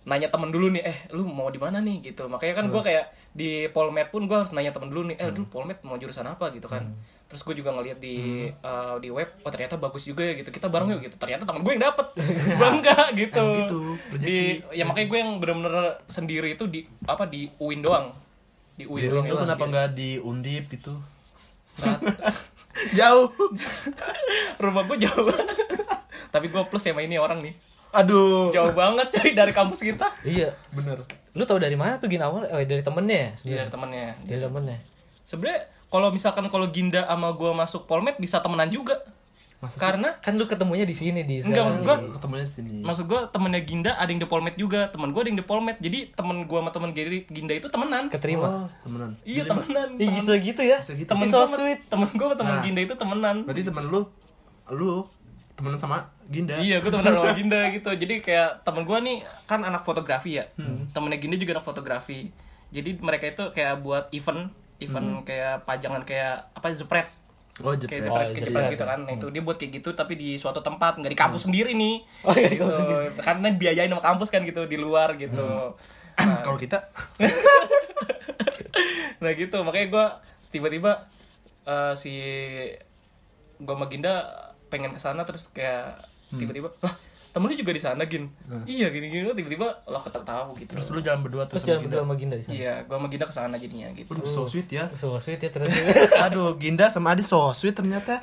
[SPEAKER 4] nanya temen dulu nih eh lu mau di mana nih gitu makanya kan gue kayak di polmed pun gue harus nanya temen dulu nih eh lu polmed mau jurusan apa gitu kan terus gue juga ngeliat di eh, di web oh ternyata bagus juga ya gitu kita bareng yuk gitu ternyata temen gue yang dapet bangga gitu
[SPEAKER 1] Emang gitu,
[SPEAKER 4] di ya makanya gue yang bener-bener sendiri itu di apa di uin doang di uin doang
[SPEAKER 2] Lu
[SPEAKER 4] ya,
[SPEAKER 2] kenapa
[SPEAKER 4] sendiri.
[SPEAKER 2] nggak diundip gitu?
[SPEAKER 4] Saat-
[SPEAKER 2] Jauh.
[SPEAKER 4] rumah gue jauh banget tapi gue plus sama ini orang nih
[SPEAKER 2] Aduh.
[SPEAKER 4] jauh banget cuy dari kampus kita
[SPEAKER 3] Iya.
[SPEAKER 2] Bener.
[SPEAKER 3] Lu tahu dari mana tuh Gin awal? Eh dari temennya ya sebenarnya.
[SPEAKER 4] dari temennya
[SPEAKER 3] Dari temennya.
[SPEAKER 4] sebenarnya kalau misalkan kalau Ginda sama gue masuk Polmed bisa temenan juga karena
[SPEAKER 3] Kan lu ketemunya di sini di
[SPEAKER 4] enggak
[SPEAKER 3] sekarang.
[SPEAKER 4] maksud gue
[SPEAKER 2] Iya, Ketemunya di sini.
[SPEAKER 4] maksud gue temennya Ginda ada yang di Polmed juga temen gue ada yang di Polmed jadi temen gue sama temen Gary- Ginda itu temenan
[SPEAKER 3] keterima.
[SPEAKER 2] Oh, temenan.
[SPEAKER 4] iya temenan
[SPEAKER 3] Ih, gitu gitu ya.
[SPEAKER 2] Oh. Bisa gitu.
[SPEAKER 4] temen
[SPEAKER 3] So
[SPEAKER 4] gue
[SPEAKER 3] sweet.
[SPEAKER 4] temen gue sama temen
[SPEAKER 2] Nah.
[SPEAKER 4] Ginda itu temenan
[SPEAKER 2] Berarti temen lu lu temenan sama Ginda.
[SPEAKER 4] Iya, gue temenan sama Ginda gitu. Jadi kayak temen gue nih kan anak fotografi ya.
[SPEAKER 3] Hmm.
[SPEAKER 4] Temennya Ginda juga anak fotografi. Jadi mereka itu kayak buat event,
[SPEAKER 3] Hmm.
[SPEAKER 4] event kayak pajangan kayak apa jepret.
[SPEAKER 2] Oh,
[SPEAKER 4] Kayak
[SPEAKER 2] Jepret.
[SPEAKER 4] jepret,
[SPEAKER 3] Oh,
[SPEAKER 4] kayak
[SPEAKER 3] jepret,
[SPEAKER 4] jepret gitu kan. Nah, itu dia buat kayak gitu tapi di suatu tempat, nggak di kampus sendiri nih.
[SPEAKER 3] Oh, iya, di kampus
[SPEAKER 4] Gitu. Karena biayain sama kampus kan gitu di luar gitu.
[SPEAKER 3] Hmm.
[SPEAKER 2] Kalau kita
[SPEAKER 4] nah gitu makanya gue tiba-tiba eh, si gue sama Ginda pengen kesana terus kayak tiba-tiba lah temen lu juga di sana gin iya gini gini tiba-tiba lah ketawa gitu
[SPEAKER 2] terus lu jalan berdua
[SPEAKER 3] Terus
[SPEAKER 2] terus
[SPEAKER 3] jalan
[SPEAKER 2] sama Ginda.
[SPEAKER 3] berdua sama Ginda di sana.
[SPEAKER 4] iya gue sama Ginda kesana jadinya gitu
[SPEAKER 2] Waduh, so sweet ya.
[SPEAKER 3] So sweet ya ternyata.
[SPEAKER 2] Aduh, Ginda sama Adi so sweet ternyata.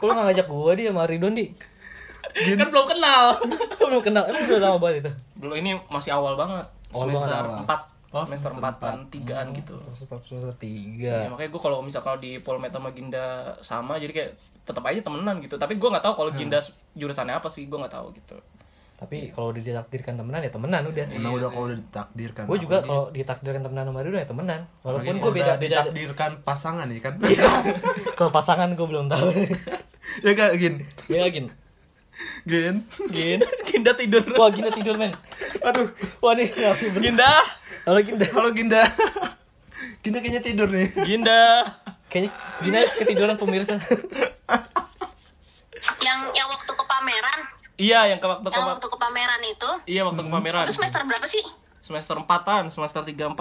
[SPEAKER 3] Kok lu gak ngajak gua dia sama Ridon di?
[SPEAKER 4] kan belum kenal
[SPEAKER 3] Kok belum kenal? Emang udah lama banget itu.
[SPEAKER 4] belum ini masih awal banget
[SPEAKER 3] Awal banget,
[SPEAKER 4] semester
[SPEAKER 2] awal.
[SPEAKER 4] empat
[SPEAKER 2] Oh,
[SPEAKER 4] semester
[SPEAKER 2] semester
[SPEAKER 4] empatan tigaan gitu
[SPEAKER 3] Semester semester
[SPEAKER 4] Ya,
[SPEAKER 3] 3.
[SPEAKER 4] makanya gue kalau misalkan di Polmed sama Ginda sama jadi kayak tetap aja temenan gitu tapi gue nggak tahu kalau Ginda jurusannya apa sih gue nggak tahu gitu
[SPEAKER 3] Tapi kalau udah ditakdirkan temenan ya temenan udah.
[SPEAKER 2] Emang udah kalau udah ditakdirkan.
[SPEAKER 3] Gue juga kalau ditakdirkan temenan sama Ridon ya temenan. Walaupun
[SPEAKER 2] Apalagi
[SPEAKER 3] gue
[SPEAKER 2] kalau
[SPEAKER 3] beda
[SPEAKER 2] udah
[SPEAKER 3] beda.
[SPEAKER 2] ditakdirkan pasangan ya kan.
[SPEAKER 3] Kalau pasangan gue belum tahu.
[SPEAKER 2] ya kan Gin.
[SPEAKER 3] Ya Gin.
[SPEAKER 2] Gin.
[SPEAKER 4] Gin, Ginda tidur.
[SPEAKER 3] Wah Ginda tidur men.
[SPEAKER 2] Aduh,
[SPEAKER 3] Wah nih langsung bener.
[SPEAKER 4] Ginda,
[SPEAKER 3] Halo Ginda.
[SPEAKER 2] halo Ginda. Ginda kayaknya tidur nih.
[SPEAKER 4] Ginda.
[SPEAKER 3] Kayaknya Ginda ketiduran pemirsa.
[SPEAKER 5] yang yang waktu ke pameran
[SPEAKER 4] Iya, yang ke waktu ke
[SPEAKER 5] yang waktu ke pameran itu
[SPEAKER 4] Iya, waktu ke pameran.
[SPEAKER 5] itu semester berapa sih
[SPEAKER 4] Semester 4-an, semester 3-4.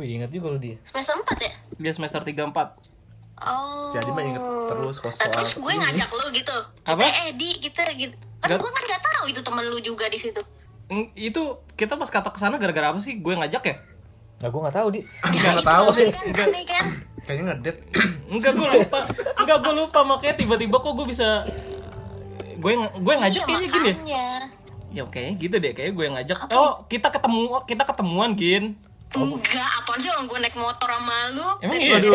[SPEAKER 3] Wih ingat juga lu dia.
[SPEAKER 5] semester 4 ya
[SPEAKER 4] Dia semester 3-4.
[SPEAKER 5] oh
[SPEAKER 2] Si Adi mah inget terus kalau
[SPEAKER 5] Nah,
[SPEAKER 2] soal
[SPEAKER 5] terus gue ngajak lu gitu
[SPEAKER 4] Apa?
[SPEAKER 5] eh eh, di kita gitu kan
[SPEAKER 4] Gak-
[SPEAKER 5] gue kan gak tahu itu temen lu juga di situ
[SPEAKER 4] Eng, Itu kita pas kata kesana gara-gara apa sih? Gue ngajak ya?
[SPEAKER 3] Nah gue gak tahu di.
[SPEAKER 2] Gak
[SPEAKER 5] Nah, itu
[SPEAKER 2] tahu
[SPEAKER 5] kan
[SPEAKER 2] nih.
[SPEAKER 5] aneh kan
[SPEAKER 2] Kayaknya ngedet.
[SPEAKER 4] Enggak, gue lupa. Enggak, gue lupa. Makanya tiba-tiba kok gue bisa... Gue gue ngajak
[SPEAKER 5] Iya,
[SPEAKER 4] kayaknya gini.
[SPEAKER 5] makanya.
[SPEAKER 4] Ya kayaknya gitu deh, kayaknya gue ngajak. Oh, kita ketemu oh, kita ketemuan, Gin.
[SPEAKER 5] enggak apaan sih orang gue naik motor sama lu
[SPEAKER 4] Emang iya?
[SPEAKER 2] Aduh.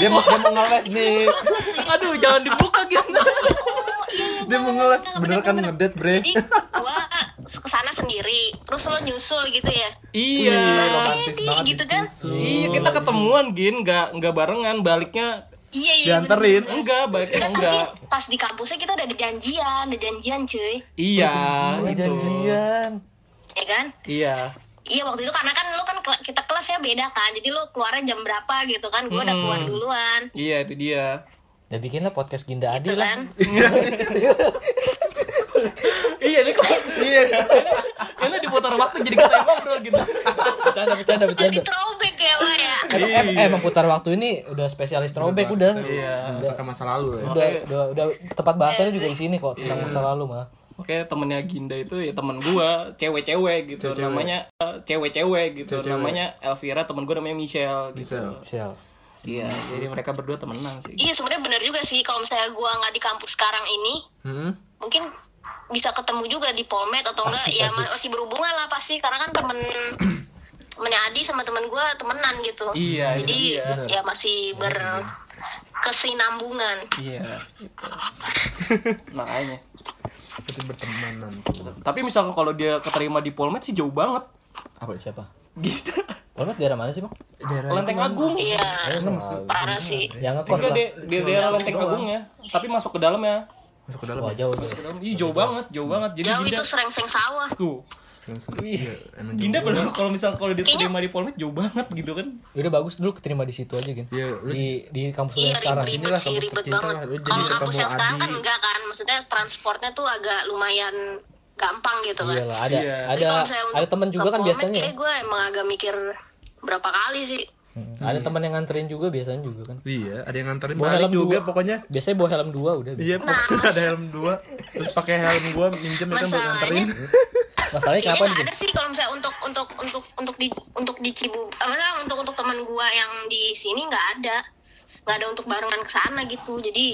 [SPEAKER 2] dia mau dia mau ngeles nih.
[SPEAKER 4] Aduh, jangan dibuka, Gin.
[SPEAKER 2] Dia mau ngeles.
[SPEAKER 5] Bener,
[SPEAKER 2] Bener kan
[SPEAKER 5] bener.
[SPEAKER 2] ngedet, Bre.
[SPEAKER 5] jadi gua kesana sendiri terus lo nyusul gitu ya
[SPEAKER 4] iya.
[SPEAKER 2] romantis
[SPEAKER 5] Edi,
[SPEAKER 2] banget
[SPEAKER 5] gitu kan?
[SPEAKER 2] disusul.
[SPEAKER 4] Iya, kita ketemuan, Gin. Nggak, nggak barengan. Baliknya
[SPEAKER 5] iya iya
[SPEAKER 2] Dianterin.
[SPEAKER 5] bener-bener.
[SPEAKER 4] Enggak, baliknya
[SPEAKER 5] Kan pas di,
[SPEAKER 4] enggak.
[SPEAKER 5] pas di kampusnya kita udah ada janjian, ada janjian cuy,
[SPEAKER 4] Iya,
[SPEAKER 2] Ah,
[SPEAKER 3] Wah,
[SPEAKER 4] gitu.
[SPEAKER 3] janjian.
[SPEAKER 5] ya kan?
[SPEAKER 4] Iya.
[SPEAKER 5] Iya waktu itu karena kan lu kan kela- kita kelasnya beda kan, jadi lu keluarnya jam berapa gitu kan? Gue udah keluar duluan,
[SPEAKER 4] Iya, itu dia.
[SPEAKER 3] Ya bikinlah podcast Ginda Adi
[SPEAKER 5] gitu
[SPEAKER 3] lah.
[SPEAKER 5] kan?
[SPEAKER 4] iya, ini kok
[SPEAKER 2] Iya.
[SPEAKER 4] ini diputar waktu jadi kita yang ngobrol gitu.
[SPEAKER 3] Bercanda bercanda
[SPEAKER 5] Jadi
[SPEAKER 3] bercanda.
[SPEAKER 5] throwback ya wah ya.
[SPEAKER 3] Eh, eh, eh, emang putar waktu ini udah spesialis throwback udah.
[SPEAKER 4] Iya.
[SPEAKER 2] Kita ke masa lalu ya.
[SPEAKER 3] Udah, udah, udah tempat bahasanya juga di sini kok
[SPEAKER 2] Iya.
[SPEAKER 3] tentang masa lalu mah.
[SPEAKER 4] Oke, temennya Ginda itu ya temen gua, cewek-cewek gitu.
[SPEAKER 2] Cewek-cewek.
[SPEAKER 4] Namanya eh, cewek-cewek gitu.
[SPEAKER 2] Cewek-cewek.
[SPEAKER 4] Namanya Elvira, temen gua namanya Michelle gitu.
[SPEAKER 2] Bisa.
[SPEAKER 3] Sial.
[SPEAKER 4] Iya, jadi mereka berdua temenan sih.
[SPEAKER 5] Iya sebenarnya bener juga sih kalau misalnya gua nggak di kampus sekarang ini,
[SPEAKER 2] Hmm.
[SPEAKER 5] mungkin bisa ketemu juga di Polmed atau enggak ya ma- masih berhubungan lah pasti karena kan temen temennya Adi sama temen gue temenan gitu
[SPEAKER 4] Iya, itu
[SPEAKER 5] jadi
[SPEAKER 4] dia.
[SPEAKER 5] ya masih berkesinambungan
[SPEAKER 4] Iya, gitu. Makanya.
[SPEAKER 2] Kita bertemanan tuh.
[SPEAKER 4] Tapi misalnya kalau dia keterima di Polmed sih jauh banget.
[SPEAKER 2] Apa ya?
[SPEAKER 3] Siapa?
[SPEAKER 4] Gitu.
[SPEAKER 3] Polmed daerah mana sih, Bang?
[SPEAKER 2] Daerah
[SPEAKER 4] Lenteng Agung.
[SPEAKER 5] iya parah sih
[SPEAKER 2] Eh,
[SPEAKER 3] Yang ngekos
[SPEAKER 4] Enggak
[SPEAKER 3] lah.
[SPEAKER 4] dia dia daerah Lenteng Agung ya, tapi masuk ke dalam ya.
[SPEAKER 2] masuk ke dalam.
[SPEAKER 3] Wah, jauh tuh.
[SPEAKER 4] Ke dalam. Ih, iya, jauh banget, jauh banget. Jadi
[SPEAKER 5] jauh
[SPEAKER 4] Ginda
[SPEAKER 5] itu serengseng sawah
[SPEAKER 4] tuh.
[SPEAKER 2] langsung iya emang
[SPEAKER 4] Ginda
[SPEAKER 2] jauh.
[SPEAKER 4] bener kalau misal kalau diterima di Polmed jauh banget gitu kan.
[SPEAKER 3] Ya Udah bagus dulu keterima di situ aja, Gin.
[SPEAKER 2] Iya, lu-
[SPEAKER 3] di di kampus lu
[SPEAKER 5] Iya
[SPEAKER 3] yang sekarang.
[SPEAKER 5] ribet,
[SPEAKER 2] Inilah
[SPEAKER 5] ribet sih
[SPEAKER 2] kampus
[SPEAKER 5] ribet
[SPEAKER 2] tercinta
[SPEAKER 5] banget.
[SPEAKER 2] lah. Lu jadi
[SPEAKER 5] Kalau kampus
[SPEAKER 2] ketemu
[SPEAKER 5] yang sekarang kan
[SPEAKER 2] Adi.
[SPEAKER 5] enggak kan, maksudnya transportnya tuh agak lumayan gampang gitu kan.
[SPEAKER 3] Iya lah, ada
[SPEAKER 4] Iya.
[SPEAKER 5] Tapi
[SPEAKER 3] ada
[SPEAKER 5] kalau misalnya
[SPEAKER 3] ada
[SPEAKER 5] untuk ya,
[SPEAKER 3] teman
[SPEAKER 5] ke
[SPEAKER 3] juga kan
[SPEAKER 5] Polmed,
[SPEAKER 3] biasanya.
[SPEAKER 5] kayak gue emang agak mikir berapa kali sih.
[SPEAKER 3] Hmm, Ada teman yang nganterin juga biasanya juga kan.
[SPEAKER 2] iya ada yang nganterin
[SPEAKER 3] Bawa
[SPEAKER 2] balik
[SPEAKER 3] helm
[SPEAKER 2] juga
[SPEAKER 3] dua.
[SPEAKER 2] pokoknya
[SPEAKER 3] Biasanya bawa helm dua udah.
[SPEAKER 2] iya pokoknya
[SPEAKER 5] Nah,
[SPEAKER 2] ada helm dua terus pakai helm gua minjem ya kan buat nganterin
[SPEAKER 3] Masalahnya
[SPEAKER 5] Kayaknya
[SPEAKER 3] kapan
[SPEAKER 5] Iya, nggak
[SPEAKER 3] Gin?
[SPEAKER 5] ada sih kalau misalnya untuk untuk untuk untuk di untuk di Cibu apa namanya, untuk untuk teman gue yang di sini nggak ada nggak ada untuk barengan ke sana gitu jadi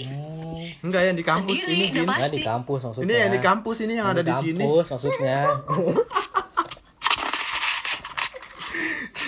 [SPEAKER 3] Hmm.
[SPEAKER 2] enggak yang di kampus
[SPEAKER 5] Sendiri,
[SPEAKER 2] ini
[SPEAKER 5] udah
[SPEAKER 2] Gin.
[SPEAKER 5] pasti.
[SPEAKER 3] Nah, di kampus maksudnya.
[SPEAKER 2] ini yang di kampus ini yang ada di sini
[SPEAKER 3] Kampus maksudnya.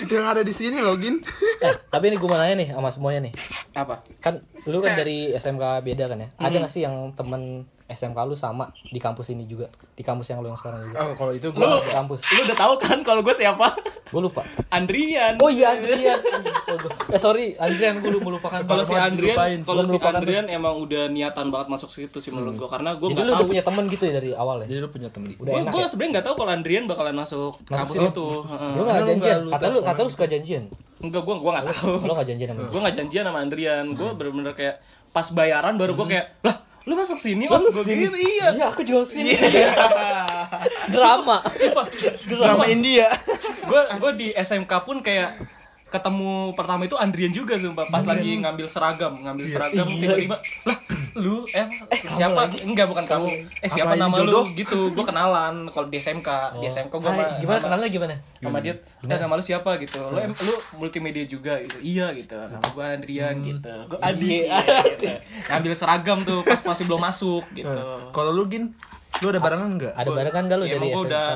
[SPEAKER 2] yang ada di sini login
[SPEAKER 3] Eh, tapi ini gue mau nanya nih sama semuanya nih.
[SPEAKER 4] Apa?
[SPEAKER 3] Kan lu kan dari SMK beda kan ya? Ada gak sih yang temen SMK lu sama di kampus ini juga? Di kampus yang lu yang sekarang juga?
[SPEAKER 2] oh kalau itu
[SPEAKER 4] Lu
[SPEAKER 2] gua
[SPEAKER 3] Di kampus.
[SPEAKER 4] lu udah tahu kan kalau gue siapa?
[SPEAKER 3] Gue lupa.
[SPEAKER 4] Andrian.
[SPEAKER 3] Oh iya Andrian. Aduh. Eh sorry, Andrian gue melupakan.
[SPEAKER 4] Kalau si
[SPEAKER 3] banget.
[SPEAKER 4] Andrian,
[SPEAKER 2] dilupain.
[SPEAKER 3] Gua
[SPEAKER 4] kalau si
[SPEAKER 3] melupakan
[SPEAKER 4] Andrian emang udah niatan banget masuk situ sih menurut gue karena gue
[SPEAKER 3] Jadi
[SPEAKER 4] nggak
[SPEAKER 3] lu udah
[SPEAKER 4] tahu.
[SPEAKER 3] punya temen gitu ya dari awal ya?
[SPEAKER 2] jadi lu punya temen
[SPEAKER 3] Udah
[SPEAKER 4] Gue
[SPEAKER 3] enak
[SPEAKER 4] gue
[SPEAKER 3] ya?
[SPEAKER 4] sebenarnya nggak tahu kalau Andrian bakalan masuk kampus
[SPEAKER 3] situ.
[SPEAKER 4] itu. Heeh.
[SPEAKER 3] Lu gak
[SPEAKER 2] Enggak, lu
[SPEAKER 3] janjian?
[SPEAKER 2] nggak, lu
[SPEAKER 3] Kata lu, kata lu
[SPEAKER 2] teleponan.
[SPEAKER 3] suka janjian?
[SPEAKER 4] Enggak, gue gue nggak tahu.
[SPEAKER 3] Lu gak janjian sama
[SPEAKER 4] gue nggak janjian sama Andrian gue bener-bener kayak pas bayaran baru gue kayak lah lu masuk sini oh Hmm. lu sini iya
[SPEAKER 3] Iya, aku juga sini. Drama.
[SPEAKER 2] sama India
[SPEAKER 4] gue gue di SMK pun kayak ketemu pertama itu Andrian juga sumpah pas lagi ngambil seragam ngambil seragam tiba-tiba lah lu eh, siapa enggak bukan kamu eh siapa
[SPEAKER 2] ini
[SPEAKER 4] nama
[SPEAKER 2] jodoh?
[SPEAKER 4] lu gitu gue kenalan kalau di SMK di SMK gue
[SPEAKER 3] Oh. Hai, gimana kenalnya gimana?
[SPEAKER 4] sama dia eh, nama lu siapa gitu lu em- lu multimedia juga gitu iya gitu nama gue Andrian gitu gue Adi gitu. ngambil seragam tuh pas masih belum masuk gitu
[SPEAKER 2] kalau lu gin lu ada barengan enggak
[SPEAKER 3] Ada barang kan gak lu
[SPEAKER 4] Ya,
[SPEAKER 3] dari
[SPEAKER 4] emang gue
[SPEAKER 3] SMK?
[SPEAKER 4] udah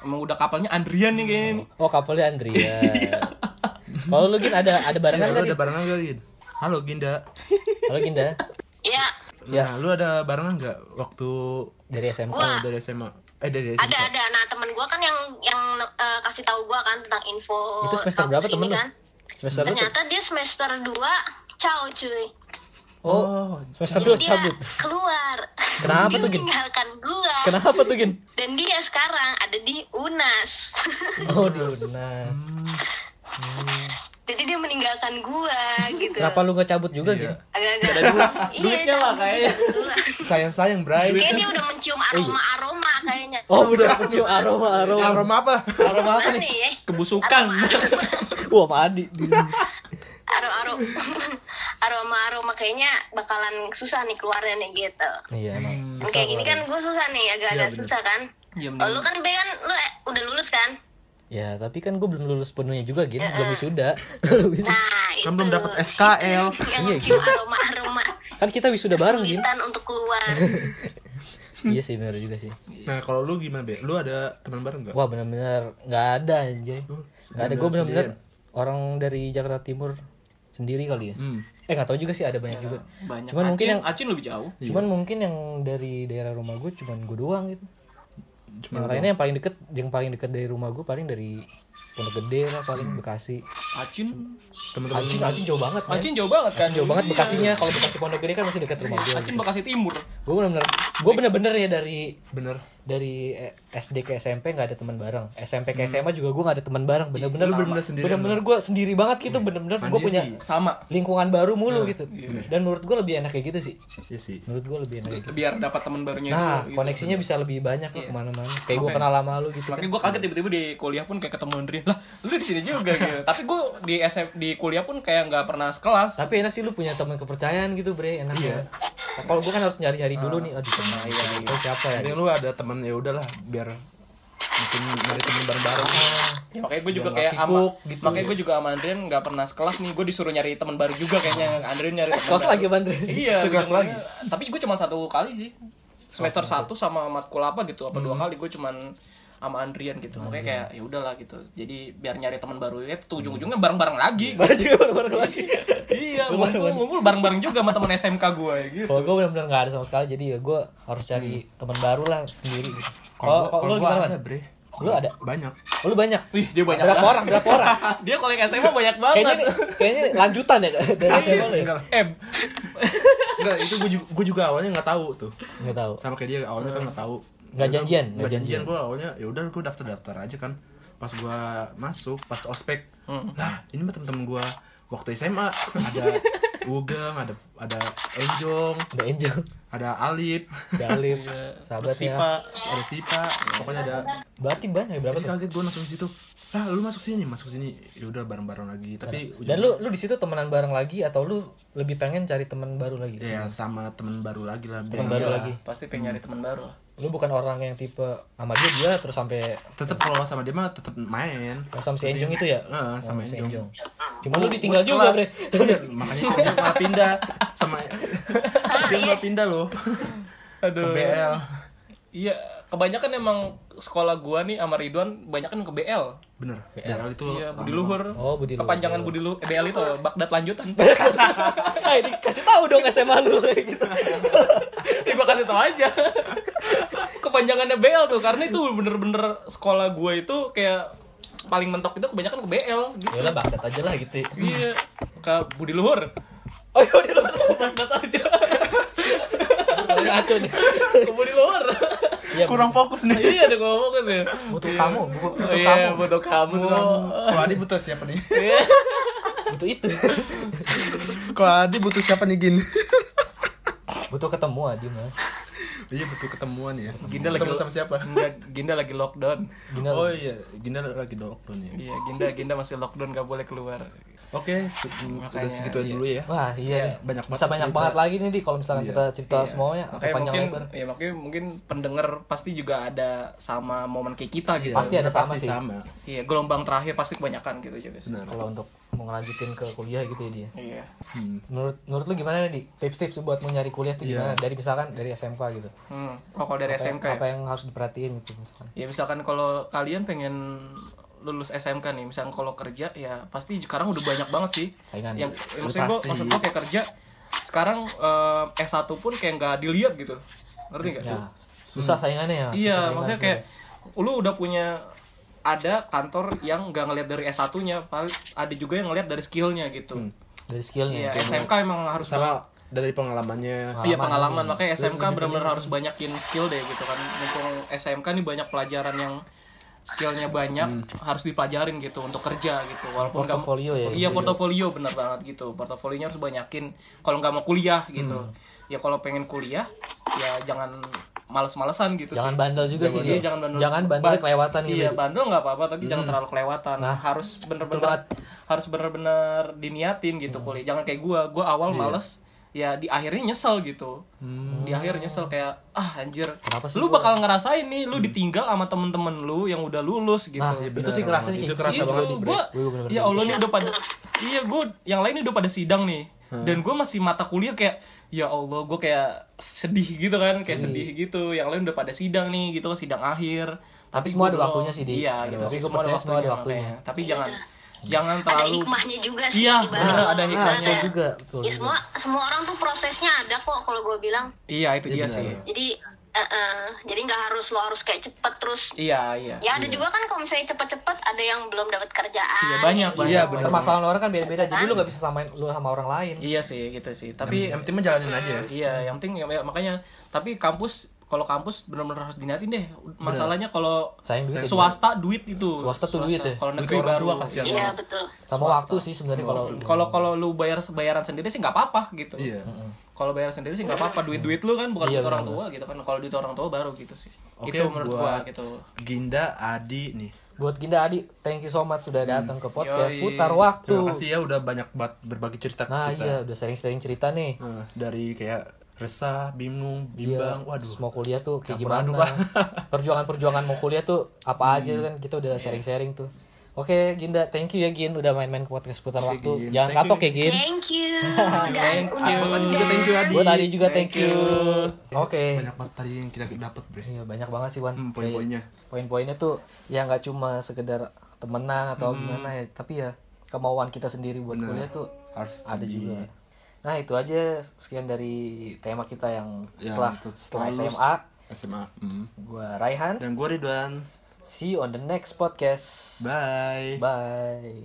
[SPEAKER 4] emang udah kapalnya Andrian nih kayaknya nih.
[SPEAKER 3] Oh, kapalnya
[SPEAKER 4] Iya.
[SPEAKER 3] Andrian. Kalau lu Gin ada ada barang kan
[SPEAKER 2] Iya, lu
[SPEAKER 3] tadi?
[SPEAKER 2] ada barengan enggak gin halo Ginda
[SPEAKER 3] Halo Ginda,
[SPEAKER 5] ya
[SPEAKER 2] Nah, lu ada barengan nggak waktu
[SPEAKER 3] dari SMK.
[SPEAKER 5] Gua.
[SPEAKER 2] eh, dari SMA? Eh, dari SMA.
[SPEAKER 5] ada ada nah temen gue kan yang yang eh, kasih tahu gue kan tentang info
[SPEAKER 3] Itu semester
[SPEAKER 5] kampus
[SPEAKER 3] berapa
[SPEAKER 5] ini
[SPEAKER 3] temen lu? ya?
[SPEAKER 5] kan
[SPEAKER 3] Semester lu? tuh?
[SPEAKER 5] ternyata dia semester 2 ciao cuy
[SPEAKER 3] Oh, semester
[SPEAKER 5] jadi
[SPEAKER 3] lu
[SPEAKER 5] dia
[SPEAKER 3] cabut.
[SPEAKER 5] keluar
[SPEAKER 3] Kenapa
[SPEAKER 5] dia
[SPEAKER 3] tuh, Gin?
[SPEAKER 5] meninggalkan gue
[SPEAKER 3] Kenapa tuh Gin?
[SPEAKER 5] dan dia sekarang ada di UNAS
[SPEAKER 3] Oh, di UNAS.
[SPEAKER 5] Hmm. jadi dia meninggalkan gue gitu
[SPEAKER 3] Kenapa lu gak cabut juga Gin?
[SPEAKER 2] Iya.
[SPEAKER 5] agak-agak Iya,
[SPEAKER 4] duitnya lah
[SPEAKER 5] tapi
[SPEAKER 4] kayaknya.
[SPEAKER 5] gitu dulu lah.
[SPEAKER 2] Sayang-sayang, Bray.
[SPEAKER 5] Kayaknya dia udah mencium aroma-aroma kayaknya.
[SPEAKER 3] iya. Oh, udah kecium aroma aroma.
[SPEAKER 2] Aroma apa?
[SPEAKER 3] Aroma apa nih?
[SPEAKER 5] Mana nih ya?
[SPEAKER 4] kebusukan
[SPEAKER 3] Wah, Pak Adi.
[SPEAKER 5] Aroma-aroma. Aroma-aroma kayaknya bakalan susah nih keluarnya nih gitu.
[SPEAKER 3] Iya,
[SPEAKER 4] Hmm.
[SPEAKER 3] emang.
[SPEAKER 5] Oke, kayak gini kan gue susah nih, agak-agak susah kan.
[SPEAKER 4] Iya, bener.
[SPEAKER 5] Oh, lu kan B kan, lu eh, udah lulus kan?
[SPEAKER 3] Ya, tapi kan gue belum lulus penuhnya juga, Gin.
[SPEAKER 5] Eh,
[SPEAKER 3] Belum wisuda. Belum wisuda.
[SPEAKER 5] Nah, itu.
[SPEAKER 2] Kan belum dapat SKL.
[SPEAKER 5] Yang
[SPEAKER 3] Iya,
[SPEAKER 5] mencium aroma-aroma.
[SPEAKER 3] kan kita wisuda bareng, Gin.
[SPEAKER 5] Kesulitan untuk keluar.
[SPEAKER 3] Iya sih, bener juga sih.
[SPEAKER 2] Nah, kalau lu gimana, Be? Lu ada teman bareng nggak?
[SPEAKER 3] Wah, bener-bener nggak ada anjay.
[SPEAKER 2] Oh,
[SPEAKER 3] Nggak ada. Gue bener-bener orang dari Jakarta Timur sendiri kali ya.
[SPEAKER 2] Hmm.
[SPEAKER 3] Eh,
[SPEAKER 2] Ya,
[SPEAKER 3] nggak tahu juga sih ada banyak juga.
[SPEAKER 4] banyak
[SPEAKER 3] Cuman mungkin yang
[SPEAKER 4] Acin lebih jauh
[SPEAKER 2] Iya.
[SPEAKER 3] cuman mungkin yang dari daerah rumah gue cuman gue doang gitu.
[SPEAKER 2] Cuman
[SPEAKER 3] yang lainnya yang paling deket yang paling deket dari rumah gue paling dari Pondok Gede lah paling
[SPEAKER 2] Hmm.
[SPEAKER 3] Bekasi.
[SPEAKER 4] Acin
[SPEAKER 2] Teman-teman
[SPEAKER 3] Acin Acin jauh banget. men.
[SPEAKER 4] Acin jauh banget kan
[SPEAKER 3] Acin jauh banget
[SPEAKER 2] Iya.
[SPEAKER 3] Bekasinya kalau Bekasi Pondok Gede kan masih dekat rumah gue.
[SPEAKER 4] Acin Bekasi Timur
[SPEAKER 3] Gue bener-bener gue bener-bener ya dari
[SPEAKER 2] bener.
[SPEAKER 3] dari eh, SD ke SMP nggak ada teman bareng SMP ke SMA juga gue nggak ada teman bareng bener-bener
[SPEAKER 2] Hmm. Iya, Lu bener-bener sendiri.
[SPEAKER 3] bener-bener gue sendiri banget gitu bener-bener gue
[SPEAKER 2] Mandiri.
[SPEAKER 3] punya
[SPEAKER 4] sama
[SPEAKER 3] lingkungan baru mulu gitu dan menurut gue lebih enak kayak gitu sih
[SPEAKER 2] Iya sih.
[SPEAKER 3] menurut gue lebih enak kayak gitu
[SPEAKER 4] biar dapat teman
[SPEAKER 2] Iya,
[SPEAKER 4] barunya
[SPEAKER 3] nah
[SPEAKER 4] dulu, gitu.
[SPEAKER 3] koneksinya bisa lebih banyak lah kemana-mana kayak gue kenal sama lu gitu kan
[SPEAKER 4] makanya gue kaget tiba-tiba di kuliah pun kayak ketemu Andrian lah lu di sini juga gitu tapi gue di SM di kuliah pun kayak nggak pernah sekelas
[SPEAKER 3] tapi enak sih lu punya teman kepercayaan gitu bre enak ya
[SPEAKER 2] Iya.
[SPEAKER 3] Nah, kalau gue kan harus nyari-nyari
[SPEAKER 2] Ah.
[SPEAKER 3] dulu nih aduh teman itu siapa ya
[SPEAKER 2] Mending lu ada teman ya udahlah biar mungkin nyari teman bareng-bareng.
[SPEAKER 4] Ya, makanya gue juga
[SPEAKER 2] Jangan
[SPEAKER 4] kayak ama,
[SPEAKER 2] kikuk gitu,
[SPEAKER 4] makanya
[SPEAKER 3] ya.
[SPEAKER 4] gue juga sama Andrian nggak pernah sekelas nih gue disuruh nyari teman baru juga kayaknya Andrian nyari teman
[SPEAKER 3] kelas
[SPEAKER 4] baru.
[SPEAKER 3] lagi bandel
[SPEAKER 4] iya
[SPEAKER 2] Sekelas
[SPEAKER 4] ujung-ujungnya.
[SPEAKER 2] lagi.
[SPEAKER 4] tapi gue cuma satu kali sih semester satu sama matkul apa gitu apa dua kali gue cuman sama Andrian gitu makanya kayak ya udahlah gitu jadi biar nyari teman baru ya tuh ujung-ujungnya bareng-bareng lagi
[SPEAKER 3] baru juga baru-baru lagi
[SPEAKER 4] iya ngumpul ngumpul bareng-bareng juga sama teman SMK gue ya gitu
[SPEAKER 3] Kalau gue benar-benar nggak ada sama sekali, jadi ya gue harus cari teman baru lah sendiri. gitu. Kalau kalau lu
[SPEAKER 2] gua
[SPEAKER 3] gimana?
[SPEAKER 2] ada,
[SPEAKER 3] Man?
[SPEAKER 2] Bre.
[SPEAKER 3] Lu ada?
[SPEAKER 2] Banyak.
[SPEAKER 3] Oh, Lu banyak?
[SPEAKER 4] wih dia banyak
[SPEAKER 3] berapa
[SPEAKER 4] banget.
[SPEAKER 3] orang? Berapa orang?
[SPEAKER 4] dia kalau yang SMA banyak banget
[SPEAKER 3] kayaknya ini, kayaknya ini lanjutan ya dari SMA lu ya?
[SPEAKER 2] Enggak,
[SPEAKER 4] eh
[SPEAKER 2] enggak itu gue juga, gua juga awalnya nggak tahu tuh.
[SPEAKER 3] Nggak tahu.
[SPEAKER 2] Sama kayak dia awalnya kan nggak tahu.
[SPEAKER 3] Eh, Nggak janjian,
[SPEAKER 2] nggak
[SPEAKER 3] nggak
[SPEAKER 2] janjian
[SPEAKER 3] janjian.
[SPEAKER 2] gue awalnya ya udah gue daftar daftar aja kan pas gue masuk pas ospek
[SPEAKER 3] Hmm.
[SPEAKER 2] nah ini mah temen-temen gue waktu SMA ada Ugeng ada ada Enjong
[SPEAKER 3] Ada Angel,
[SPEAKER 2] ada Alip
[SPEAKER 3] ada Alif,
[SPEAKER 4] Iya. Terus Sipa.
[SPEAKER 3] sahabatnya.
[SPEAKER 2] ada Sipa pokoknya ada
[SPEAKER 3] Berarti banyak ya, berapa
[SPEAKER 2] jadi
[SPEAKER 3] tuh?
[SPEAKER 2] kaget gue langsung di situ lah lu masuk sini masuk sini ya udah bareng bareng lagi tapi
[SPEAKER 3] Dan lu lu di situ temenan bareng lagi atau lu lebih pengen cari teman baru lagi?
[SPEAKER 2] ya sama temen baru lagi lah
[SPEAKER 3] Teman
[SPEAKER 2] biar-
[SPEAKER 3] baru
[SPEAKER 4] Iyalah,
[SPEAKER 3] lagi.
[SPEAKER 4] Iya, Pasti pengen nyari teman baru lah.
[SPEAKER 3] Lu bukan orang yang tipe sama dia dia terus sampai
[SPEAKER 2] tetep kalau sama dia mah tetep main
[SPEAKER 3] oh, sama si Enjong itu ya?
[SPEAKER 2] Heeh, sama
[SPEAKER 3] si Enjong.
[SPEAKER 2] Enjong.
[SPEAKER 3] Cuma lu
[SPEAKER 2] Gua-
[SPEAKER 3] ditinggal
[SPEAKER 2] gua
[SPEAKER 3] juga,
[SPEAKER 2] sekelas.
[SPEAKER 3] Bre.
[SPEAKER 2] Iya, makanya dia malah pindah sama dia malah pindah loh ke
[SPEAKER 4] Aduh.
[SPEAKER 2] BL
[SPEAKER 4] Iya, kebanyakan emang sekolah gua nih sama Ridwan banyak kan ke BL.
[SPEAKER 2] bener BL itu
[SPEAKER 4] Iya, Budi Luhur.
[SPEAKER 3] Oh, Budi Luhur.
[SPEAKER 4] Kepanjangan Budi Luhur. Eh, BL itu Bagdad lanjutan.
[SPEAKER 3] Ah, ini kasih tahu dong SMA lu kayak gitu.
[SPEAKER 4] Ya gua kasih tau aja Kepanjangannya BL tuh Karena itu bener-bener sekolah gua itu kayak Paling mentok itu kebanyakan ke BL gitu.
[SPEAKER 3] Yalah Ya bakat aja lah gitu.
[SPEAKER 4] Iya Ke Budi Luhur
[SPEAKER 3] Oh, iya udah lu.
[SPEAKER 4] Mentok aja
[SPEAKER 3] Ngaco nih.
[SPEAKER 4] Ke Budi Luhur
[SPEAKER 3] Iya.
[SPEAKER 2] kurang fokus nih
[SPEAKER 4] Iya ada ngomong kan ya
[SPEAKER 3] Butuh kamu, bu- butuh
[SPEAKER 4] Iya
[SPEAKER 3] kamu.
[SPEAKER 4] butuh kamu
[SPEAKER 2] kalau Adi butuh siapa nih
[SPEAKER 4] Iya.
[SPEAKER 3] Butuh itu.
[SPEAKER 2] kalau Adi butuh siapa nih Gin
[SPEAKER 3] Butuh ketemu aja, Mas.
[SPEAKER 2] iya butuh ketemuan ya
[SPEAKER 4] Ginda lagi
[SPEAKER 2] Ketemu sama siapa
[SPEAKER 4] Enggak, Ginda lagi lockdown
[SPEAKER 3] Gina,
[SPEAKER 2] oh iya Ginda lagi lockdown ya
[SPEAKER 4] Iya Ginda Ginda masih lockdown gak boleh keluar
[SPEAKER 2] oke su- udah
[SPEAKER 4] Makanya,
[SPEAKER 2] segituin
[SPEAKER 4] iya.
[SPEAKER 2] dulu ya
[SPEAKER 3] Wah iya, nih.
[SPEAKER 2] banyak
[SPEAKER 3] bisa
[SPEAKER 2] banget
[SPEAKER 3] banyak
[SPEAKER 2] cerita.
[SPEAKER 3] banget lagi nih di kalau misalkan kita cerita semuanya
[SPEAKER 4] Iya. Makanya
[SPEAKER 3] apa panjang
[SPEAKER 4] mungkin,
[SPEAKER 3] lebar.
[SPEAKER 4] Ya makanya mungkin pendengar pasti juga ada sama momen kayak kita gitu
[SPEAKER 3] Pasti ada sama sih. Oh.
[SPEAKER 2] sama
[SPEAKER 4] Iya, gelombang terakhir pasti kebanyakan gitu juga sih.
[SPEAKER 2] benar
[SPEAKER 3] Kalau untuk mau ngelanjutin ke kuliah gitu ya dia.
[SPEAKER 4] Iya.
[SPEAKER 2] Hmm.
[SPEAKER 3] Menurut menurut lu gimana nih Di? tips-tips buat mau nyari kuliah tuh
[SPEAKER 4] Iya.
[SPEAKER 3] gimana? Dari misalkan dari SMK gitu.
[SPEAKER 4] Hmm. Oh, kalau dari SMK ya?
[SPEAKER 3] Apa yang harus diperhatiin gitu misalkan.
[SPEAKER 4] Ya misalkan kalau kalian pengen lulus SMK nih, misalkan kalau kerja ya pasti sekarang udah banyak banget sih.
[SPEAKER 3] Saingan.
[SPEAKER 4] Yang ya, maksud gua,
[SPEAKER 2] Pasti.
[SPEAKER 4] maksud gua kayak kerja sekarang eh, S1 pun kayak nggak dilihat gitu. Ngerti nggak?
[SPEAKER 3] Ya, susah saingannya ya. susah
[SPEAKER 4] Iya,
[SPEAKER 3] saingan
[SPEAKER 4] maksudnya kayak
[SPEAKER 3] sebenarnya.
[SPEAKER 4] lu udah punya ada kantor yang nggak ngelihat dari S1-nya, paling ada juga yang ngelihat dari skillnya
[SPEAKER 3] Hmm.
[SPEAKER 4] gitu.
[SPEAKER 3] dari skillnya.
[SPEAKER 4] Iya, SMK emang harus
[SPEAKER 2] sama dari pengalamannya
[SPEAKER 4] Iya pengalaman makanya SMK benar-benar harus banyakin skill deh gitu kan. Mumpung SMK nih banyak pelajaran yang skillnya banyak harus dipelajarin gitu untuk kerja gitu. Walaupun nggak-
[SPEAKER 3] Hmm. Portofolio ya,
[SPEAKER 4] Iya portofolio benar banget gitu. Portofolionya harus banyakin kalau nggak mau kuliah gitu.
[SPEAKER 3] Hmm.
[SPEAKER 4] Ya kalau pengen kuliah ya jangan males-malesan gitu
[SPEAKER 3] Jangan
[SPEAKER 4] sih.
[SPEAKER 3] bandel juga sih.
[SPEAKER 4] Iya,
[SPEAKER 3] dia.
[SPEAKER 4] jangan bandel.
[SPEAKER 3] Jangan bandel
[SPEAKER 4] Ba-
[SPEAKER 3] kelewatan gitu. Hmm. Nah,
[SPEAKER 4] Iya, bandel nggak apa-apa tapi jangan terlalu kelewatan. harus bener-bener harus bener-bener diniatin gitu
[SPEAKER 3] Hmm.
[SPEAKER 4] kuliah. Jangan kayak gua, gua awal
[SPEAKER 3] Iya.
[SPEAKER 4] males ya di akhirnya nyesel gitu. Di akhir nyesel kayak ah anjir.
[SPEAKER 3] Hmm. Kenapa sih Hmm.
[SPEAKER 4] lu bakal ngerasain nih lu ditinggal sama temen-temen lu yang udah lulus gitu.
[SPEAKER 3] Nah,
[SPEAKER 2] Iya,
[SPEAKER 3] itu sih kerasa
[SPEAKER 2] Itu
[SPEAKER 3] nih.
[SPEAKER 2] kerasa
[SPEAKER 4] Iya,
[SPEAKER 2] banget
[SPEAKER 4] gua-
[SPEAKER 2] nih, Bre.
[SPEAKER 4] gua-
[SPEAKER 3] Gua bener-bener
[SPEAKER 4] ya Allah nih udah pada iya gue yang lain udah pada sidang nih dan gue masih mata kuliah kayak ya Allah gue kayak sedih gitu
[SPEAKER 3] Iya.
[SPEAKER 4] kan kayak sedih gitu yang lain udah pada sidang nih gitu sidang akhir
[SPEAKER 3] Tapi
[SPEAKER 4] Tapi
[SPEAKER 3] semua
[SPEAKER 4] gua
[SPEAKER 3] ada
[SPEAKER 4] belum.
[SPEAKER 3] waktunya sih, Di.
[SPEAKER 4] iya
[SPEAKER 3] Ada
[SPEAKER 4] gitu
[SPEAKER 3] waktu.
[SPEAKER 4] sih
[SPEAKER 3] Gua
[SPEAKER 4] semua ada
[SPEAKER 3] percaya semua
[SPEAKER 4] waktunya,
[SPEAKER 3] ada waktunya.
[SPEAKER 4] makanya. tapi jangan jangan
[SPEAKER 5] ada
[SPEAKER 4] terlalu
[SPEAKER 5] hikmahnya juga sih
[SPEAKER 4] Iya,
[SPEAKER 5] di balik
[SPEAKER 4] bener,
[SPEAKER 5] kalau
[SPEAKER 4] ada
[SPEAKER 5] misalnya-
[SPEAKER 4] hikmahnya
[SPEAKER 3] Itu juga betul.
[SPEAKER 5] Ya, semua semua orang tuh prosesnya ada kok kalau gue bilang.
[SPEAKER 4] iya itu dia sih
[SPEAKER 5] Jadi eh, eh, jadi nggak harus lo harus kayak cepet terus.
[SPEAKER 4] iya iya
[SPEAKER 5] Ya ada juga kan kalau misalnya cepet-cepet ada yang belum dapat kerjaan.
[SPEAKER 4] iya banyak banyak
[SPEAKER 2] Iya,
[SPEAKER 4] banyak.
[SPEAKER 3] Permasalahan orang kan beda-beda, jadi lu gak bisa samain lu sama orang lain.
[SPEAKER 4] iya sih gitu sih
[SPEAKER 2] tapi
[SPEAKER 4] tapi
[SPEAKER 2] yang penting mah jalanin aja ya
[SPEAKER 4] Iya, yang penting ya, ya, makanya tapi kampus kalau kampus benar-benar harus diniatin deh. Masalahnya kalau
[SPEAKER 3] Sayang duit ya,
[SPEAKER 4] swasta duit itu.
[SPEAKER 3] Swasta tuh duit ya.
[SPEAKER 4] Kalau negeri
[SPEAKER 2] Duit orang
[SPEAKER 4] baru
[SPEAKER 2] tua kasihan
[SPEAKER 5] Iya betul.
[SPEAKER 3] Sama waktu sih sebenarnya kalau
[SPEAKER 4] Kalau kalau lu bayar bayaran sendiri sih nggak apa-apa gitu.
[SPEAKER 2] Iya.
[SPEAKER 4] Kalau bayar sendiri sih nggak apa-apa duit-duit lu kan bukan duit orang tua gitu kan. Kalau duit orang tua baru gitu sih.
[SPEAKER 2] Oke,
[SPEAKER 4] itu menurut gua
[SPEAKER 2] buat-
[SPEAKER 4] gitu.
[SPEAKER 2] Ginda Adi nih
[SPEAKER 3] buat Ginda Adi, thank you so much sudah datang ke podcast
[SPEAKER 4] Yoi.
[SPEAKER 3] putar waktu.
[SPEAKER 2] Hmm. Terima kasih ya udah banyak banget berbagi cerita ke
[SPEAKER 3] Nah
[SPEAKER 2] kita.
[SPEAKER 3] iya udah sharing-sharing cerita nih.
[SPEAKER 2] Nah, dari kayak resah, bingung,
[SPEAKER 3] Iya,
[SPEAKER 2] bimbang, waduh.
[SPEAKER 3] Terus mau kuliah tuh kayak
[SPEAKER 2] Campur aduk, Hmm.
[SPEAKER 3] gimana?
[SPEAKER 2] Pak.
[SPEAKER 3] Perjuangan-perjuangan mau kuliah tuh apa aja kan kita
[SPEAKER 2] Iya.
[SPEAKER 3] udah sharing-sharing tuh. Oke Ginda, thank you ya Gin udah main-main ke podcast putar waktu.
[SPEAKER 2] Gin.
[SPEAKER 3] Jangan
[SPEAKER 2] Thank you,
[SPEAKER 3] kapok ya Gin.
[SPEAKER 5] Thank you. Dan
[SPEAKER 2] Ah, buat Adi juga thank you Adi.
[SPEAKER 3] Buat Adi juga thank you. Oke.
[SPEAKER 2] Banyak banget tadi yang kita dapat, Bre.
[SPEAKER 3] Iya banyak banget sih Wan.
[SPEAKER 2] Hmm,
[SPEAKER 3] Kayak
[SPEAKER 2] poin-poinnya.
[SPEAKER 3] Poin-poinnya tuh ya nggak cuma sekedar temenan atau
[SPEAKER 2] Hmm.
[SPEAKER 3] gimana ya, tapi ya kemauan kita sendiri buat kuliah tuh
[SPEAKER 2] Harus
[SPEAKER 3] ada
[SPEAKER 2] di-
[SPEAKER 3] juga. Nah itu aja sekian dari tema kita yang setelah
[SPEAKER 2] Yang
[SPEAKER 3] setelah
[SPEAKER 2] Ya, lulus
[SPEAKER 3] SMA.
[SPEAKER 2] SMA. Hmm.
[SPEAKER 3] Gua Raihan.
[SPEAKER 2] Dan gue Ridwan.
[SPEAKER 3] See you on the next podcast.
[SPEAKER 2] Bye.
[SPEAKER 3] Bye.